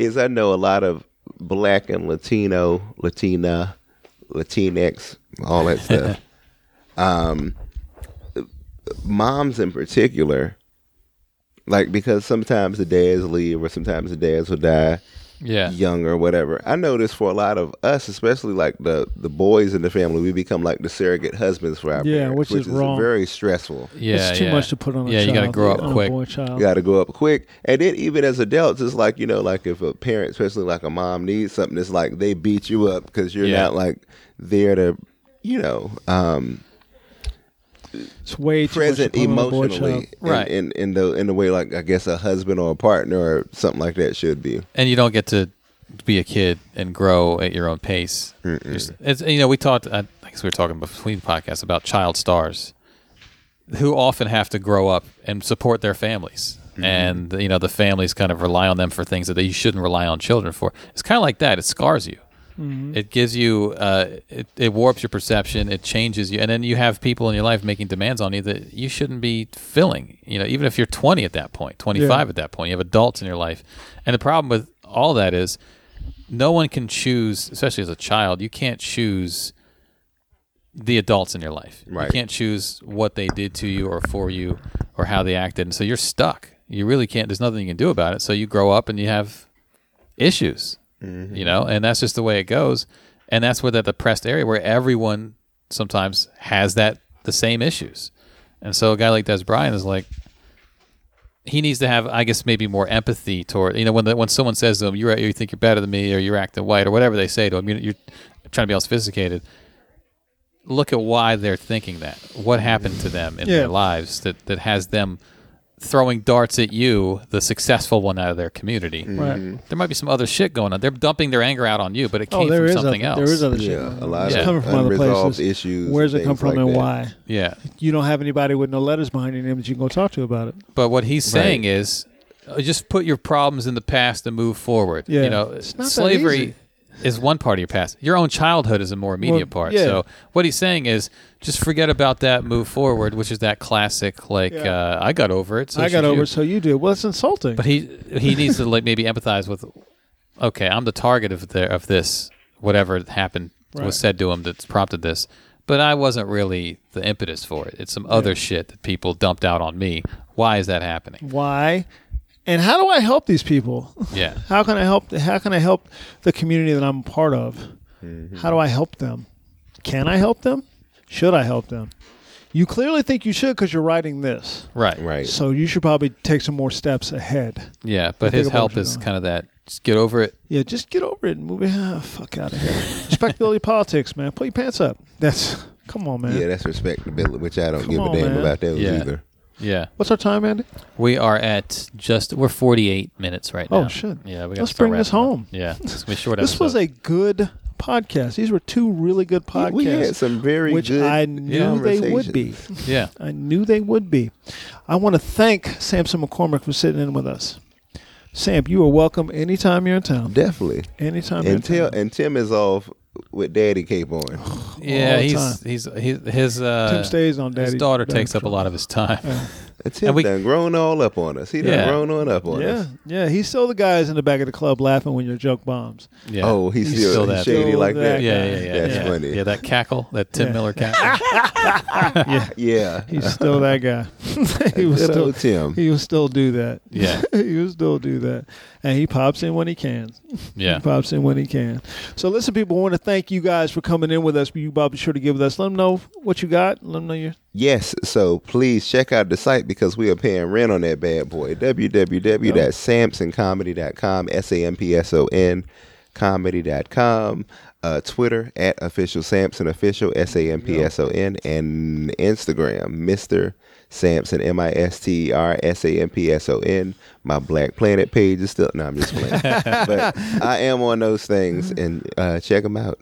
[SPEAKER 7] is I know a lot of black and Latino, Latina, Latinx, all that stuff. um, moms in particular, like because sometimes the dads leave or sometimes the dads will die.
[SPEAKER 6] Yeah.
[SPEAKER 7] young or whatever. I noticed for a lot of us, especially like the the boys in the family, we become like the surrogate husbands for our
[SPEAKER 5] Yeah,
[SPEAKER 7] parents,
[SPEAKER 5] which is wrong.
[SPEAKER 7] very stressful.
[SPEAKER 6] Yeah.
[SPEAKER 5] it's too
[SPEAKER 6] yeah.
[SPEAKER 5] much to put on a
[SPEAKER 6] Yeah,
[SPEAKER 5] child.
[SPEAKER 6] you got to grow
[SPEAKER 5] on
[SPEAKER 6] up
[SPEAKER 5] a
[SPEAKER 6] quick.
[SPEAKER 5] boy child.
[SPEAKER 7] You got to grow up quick, and then even as adults, it's like you know, like if a parent, especially like a mom, needs something, it's like they beat you up because you're
[SPEAKER 6] Yeah.
[SPEAKER 7] not like there to, you know, um,
[SPEAKER 5] It's way too
[SPEAKER 7] present
[SPEAKER 5] much to put on a boy
[SPEAKER 7] emotionally,
[SPEAKER 5] child.
[SPEAKER 7] in-
[SPEAKER 6] Right.
[SPEAKER 7] In, in the in the way like I guess a husband or a partner or something like that should be.
[SPEAKER 6] and you don't get to be a kid and grow at your own pace. Just- It's, you know, we talked. I think we were talking between podcasts about child stars, who often have to grow up and support their families, and you know the families kind of rely on them for things that they shouldn't rely on children for. It's kind of like that. It scars you. It gives you, uh, it, it warps your perception. It changes you, and then you have people in your life making demands on you that you shouldn't be filling. You know, even if you're 20 at that point, 25 at that point, you have adults in your life, and the problem with all that is, no one can choose, especially as a child, you can't choose the adults in your life.
[SPEAKER 7] Right.
[SPEAKER 6] You can't choose what they did to you or for you or how they acted, and so you're stuck. You really can't. There's nothing you can do about it. So you grow up and you have issues you know and that's just the way it goes and that's where that depressed area where everyone sometimes has that the same issues and so a guy like des bryant is like he needs to have i guess maybe more empathy toward you know when the, when someone says to him you're, you think you're better than me or you're acting white or whatever they say to him you you're trying to be all sophisticated look at why they're thinking that what happened to them in
[SPEAKER 5] Yeah.
[SPEAKER 6] their lives that, that has them throwing darts at you the successful one out of their community
[SPEAKER 5] Right.
[SPEAKER 7] Mm-hmm.
[SPEAKER 6] there might be some other shit going on. They're dumping their anger out on you, but it came
[SPEAKER 5] Oh, there
[SPEAKER 6] from
[SPEAKER 5] is
[SPEAKER 6] something
[SPEAKER 5] other,
[SPEAKER 6] else.
[SPEAKER 5] There is other shit.
[SPEAKER 7] Yeah,
[SPEAKER 5] going
[SPEAKER 7] a
[SPEAKER 5] on.
[SPEAKER 7] lot
[SPEAKER 5] It's
[SPEAKER 6] of
[SPEAKER 5] coming from other
[SPEAKER 7] unresolved
[SPEAKER 5] places.
[SPEAKER 7] issues and
[SPEAKER 5] Where's it come
[SPEAKER 7] things
[SPEAKER 5] from
[SPEAKER 7] like
[SPEAKER 5] and
[SPEAKER 7] that.
[SPEAKER 5] why?
[SPEAKER 6] yeah.
[SPEAKER 5] You don't have anybody with no letters behind your name that you can go talk to about it.
[SPEAKER 6] But what he's saying is uh, just put your problems in the past and move forward.
[SPEAKER 5] Yeah.
[SPEAKER 6] You know,
[SPEAKER 5] It's not that easy.
[SPEAKER 6] slavery is one part of your past. Your own childhood is a more immediate
[SPEAKER 5] Well,
[SPEAKER 6] part.
[SPEAKER 5] yeah.
[SPEAKER 6] So what he's saying is just forget about that, move forward, which is that classic like
[SPEAKER 5] Yeah.
[SPEAKER 6] uh, I got over it. So
[SPEAKER 5] I got
[SPEAKER 6] should
[SPEAKER 5] over,
[SPEAKER 6] you.
[SPEAKER 5] it, so you do. Well, it's insulting.
[SPEAKER 6] But he he needs to like maybe empathize with. Okay, I'm the target of the, of this. Whatever happened
[SPEAKER 5] Right.
[SPEAKER 6] was said to him that's prompted this. But I wasn't really the impetus for it. It's some other shit that people dumped out on me. Why is
[SPEAKER 5] *laughs*
[SPEAKER 6] that happening?
[SPEAKER 5] why and how do i help these people
[SPEAKER 6] Yeah.
[SPEAKER 5] how can i help how can i help the community that i'm a part of
[SPEAKER 6] Mm-hmm.
[SPEAKER 5] how do i help them can i help them should i help them you clearly think you should because you're writing this
[SPEAKER 6] Right.
[SPEAKER 7] Right.
[SPEAKER 5] so you should probably take some more steps ahead
[SPEAKER 6] Yeah. But
[SPEAKER 5] think
[SPEAKER 6] his
[SPEAKER 5] about
[SPEAKER 6] help
[SPEAKER 5] you
[SPEAKER 6] is
[SPEAKER 5] know.
[SPEAKER 6] kind of that. Just get over it.
[SPEAKER 5] yeah just get over it and move it ah, fuck out
[SPEAKER 6] *laughs*
[SPEAKER 5] of here respectability politics man put your pants up that's come on man
[SPEAKER 7] Yeah, that's respectability, which I don't
[SPEAKER 5] Come
[SPEAKER 7] give a
[SPEAKER 5] on,
[SPEAKER 7] damn
[SPEAKER 5] man.
[SPEAKER 7] about those
[SPEAKER 6] Yeah.
[SPEAKER 7] either.
[SPEAKER 6] Yeah.
[SPEAKER 5] what's our time andy
[SPEAKER 6] We are at just we're 48 minutes right now.
[SPEAKER 5] Oh, shit.
[SPEAKER 6] Yeah. We got
[SPEAKER 5] Let's bring this home. *laughs*
[SPEAKER 6] Yeah. It's gonna be a short.
[SPEAKER 5] this was
[SPEAKER 6] episode.
[SPEAKER 5] a good podcast these were two really good podcasts
[SPEAKER 7] We had some very
[SPEAKER 5] which
[SPEAKER 7] good
[SPEAKER 5] i knew they would be *laughs*
[SPEAKER 7] conversations.
[SPEAKER 6] yeah.
[SPEAKER 5] I knew they would be. I want to thank Samson McCormick for sitting in with us. Sam, you are welcome anytime you're in town.
[SPEAKER 7] Definitely.
[SPEAKER 5] Anytime you're in
[SPEAKER 7] And
[SPEAKER 5] town.
[SPEAKER 7] Tim, and Tim is off with daddy cape on.
[SPEAKER 6] Yeah,
[SPEAKER 5] the
[SPEAKER 6] he's, he's he's his uh,
[SPEAKER 5] Tim stays on
[SPEAKER 6] His
[SPEAKER 5] Daddy-
[SPEAKER 6] daughter
[SPEAKER 5] Daddy
[SPEAKER 6] takes up a
[SPEAKER 5] Patrol.
[SPEAKER 6] lot of his time.
[SPEAKER 7] It's
[SPEAKER 6] *sighs*
[SPEAKER 7] him
[SPEAKER 6] And we-
[SPEAKER 7] done grown all up on us. He done
[SPEAKER 6] Yeah.
[SPEAKER 7] grown on up on
[SPEAKER 5] Yeah,
[SPEAKER 7] us.
[SPEAKER 5] yeah. He's still the guys in the back of the club laughing when your joke bombs.
[SPEAKER 6] Yeah.
[SPEAKER 7] Oh, he's still- he's
[SPEAKER 6] that.
[SPEAKER 7] shady
[SPEAKER 5] Still
[SPEAKER 7] like that.
[SPEAKER 6] Yeah, yeah, yeah.
[SPEAKER 7] That's
[SPEAKER 6] yeah.
[SPEAKER 7] funny.
[SPEAKER 6] Yeah, that cackle, that Tim
[SPEAKER 5] *laughs*
[SPEAKER 6] Miller cackle.
[SPEAKER 7] Yeah.
[SPEAKER 5] He's still that guy. *laughs* he was
[SPEAKER 7] Good
[SPEAKER 5] still
[SPEAKER 7] old Tim.
[SPEAKER 5] he will still do that.
[SPEAKER 6] Yeah.
[SPEAKER 5] *laughs* he will still do that, and he pops in when he can.
[SPEAKER 6] Yeah.
[SPEAKER 5] He pops in when he can. So listen, people, I want to thank you guys for coming in with us. You, Bob, be sure to give with us. Let them know what you got. Let them know your
[SPEAKER 7] Yes, so please check out the site because we are paying rent on that bad boy. www.samsoncomedy.com, S A M P S O N comedy.com, uh, Twitter at official Samson official, S A M P S O N, and Instagram, Mr. Samson, M I S T E R S A M P S O N. My Black Planet page is still, no, I'm just playing. but I am on those things and uh, check them out.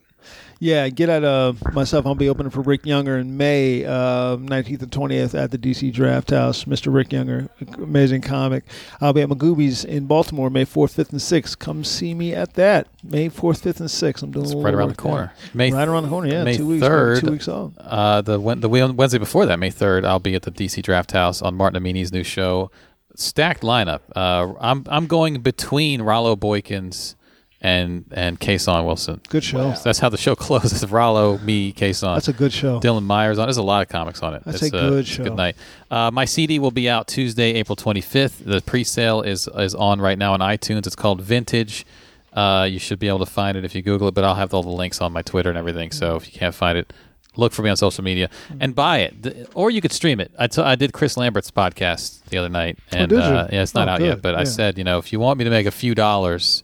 [SPEAKER 5] Yeah, get at uh, myself. I'll be opening for Rick Younger in May, uh, 19th and 20th at the DC Draft House. Mr. Rick Younger, amazing comic. I'll be at Magoobies in Baltimore May 4th, 5th, and 6th. Come see me at that May 4th, 5th, and 6th. I'm doing a little
[SPEAKER 6] right around
[SPEAKER 5] work
[SPEAKER 6] the corner.
[SPEAKER 5] there.
[SPEAKER 6] May-
[SPEAKER 5] right around the corner, yeah.
[SPEAKER 6] May
[SPEAKER 5] two weeks,
[SPEAKER 6] 3rd.
[SPEAKER 5] two weeks off.
[SPEAKER 6] Uh, the Wed- the Wed- Wednesday before that, May third, I'll be at the DC Draft House on Martin Amini's new show. Stacked lineup. Uh, I'm I'm going between Rollo Boykins and and Kason Wilson.
[SPEAKER 5] Good show.
[SPEAKER 6] That's how the show *laughs* closes. Rollo, me, Kason.
[SPEAKER 5] That's a good show.
[SPEAKER 6] Dylan Myers on. There's a lot of comics on it.
[SPEAKER 5] That's
[SPEAKER 6] It's
[SPEAKER 5] a good
[SPEAKER 6] it's
[SPEAKER 5] show.
[SPEAKER 6] Good night. Uh, my CD will be out Tuesday, April 25th. The pre-sale is is on right now on iTunes. It's called Vintage. Uh, you should be able to find it if you Google it. But I'll have all the links on my Twitter and everything. So if you can't find it, look for me on social media
[SPEAKER 5] Hmm.
[SPEAKER 6] and buy it, Th- or you could stream it. I t- I did Chris Lambert's podcast the other night, and
[SPEAKER 5] did you?
[SPEAKER 6] uh, yeah, it's not
[SPEAKER 5] Oh,
[SPEAKER 6] out yet.
[SPEAKER 5] good.
[SPEAKER 6] But I
[SPEAKER 5] Yeah.
[SPEAKER 6] said, you know, if you want me to make a few dollars.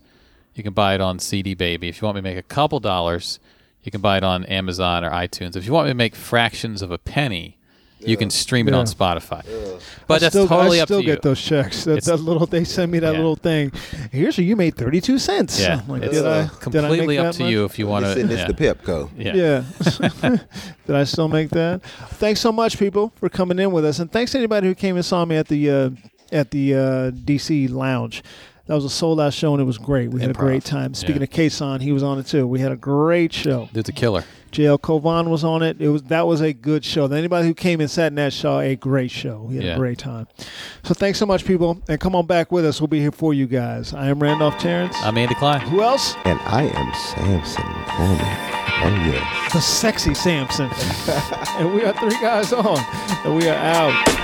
[SPEAKER 6] You can buy it on CD Baby. If you want me to make a couple dollars, you can buy it on Amazon or iTunes. If you want me to make fractions of a penny, you can stream it on
[SPEAKER 5] Yeah.
[SPEAKER 6] Spotify. But that's
[SPEAKER 5] still,
[SPEAKER 6] totally
[SPEAKER 5] I
[SPEAKER 6] up
[SPEAKER 5] still
[SPEAKER 6] to
[SPEAKER 5] get
[SPEAKER 6] you.
[SPEAKER 5] those checks. That,
[SPEAKER 6] It's-
[SPEAKER 5] that little they send me that
[SPEAKER 6] yeah.
[SPEAKER 5] little thing. Here's where you made thirty two cents.
[SPEAKER 6] *laughs* yeah,
[SPEAKER 5] I'm like,
[SPEAKER 6] it's
[SPEAKER 5] did I did I make
[SPEAKER 6] completely up
[SPEAKER 5] that
[SPEAKER 6] to
[SPEAKER 5] much?
[SPEAKER 6] you if you want
[SPEAKER 7] It's,
[SPEAKER 6] to.
[SPEAKER 7] in- it's
[SPEAKER 6] Yeah.
[SPEAKER 7] the Pepco.
[SPEAKER 6] Yeah.
[SPEAKER 5] Yeah. *laughs* Did I still make that? Thanks so much, people, for coming in with us, and thanks to anybody who came and saw me at the uh, at the uh, DC Lounge. That was a sold out show, and it was great. We had a
[SPEAKER 6] Improv.
[SPEAKER 5] great time. Speaking
[SPEAKER 6] Yeah.
[SPEAKER 5] of Kason, he was on it too. We had a great show.
[SPEAKER 6] Dude's a killer.
[SPEAKER 5] JL Kovan was on it. It was that was a good show. Anybody who came and sat in that saw a great show. We had
[SPEAKER 6] Yeah.
[SPEAKER 5] a great time. So thanks so much, people, and come on back with us. We'll be here for you guys. I am Randolph Terrence.
[SPEAKER 6] I'm Andy Klein.
[SPEAKER 5] who else?
[SPEAKER 7] And I am Samson Coleman. Oh, yeah.
[SPEAKER 6] *laughs*
[SPEAKER 5] The sexy Samson. and we are three guys on. And we are out.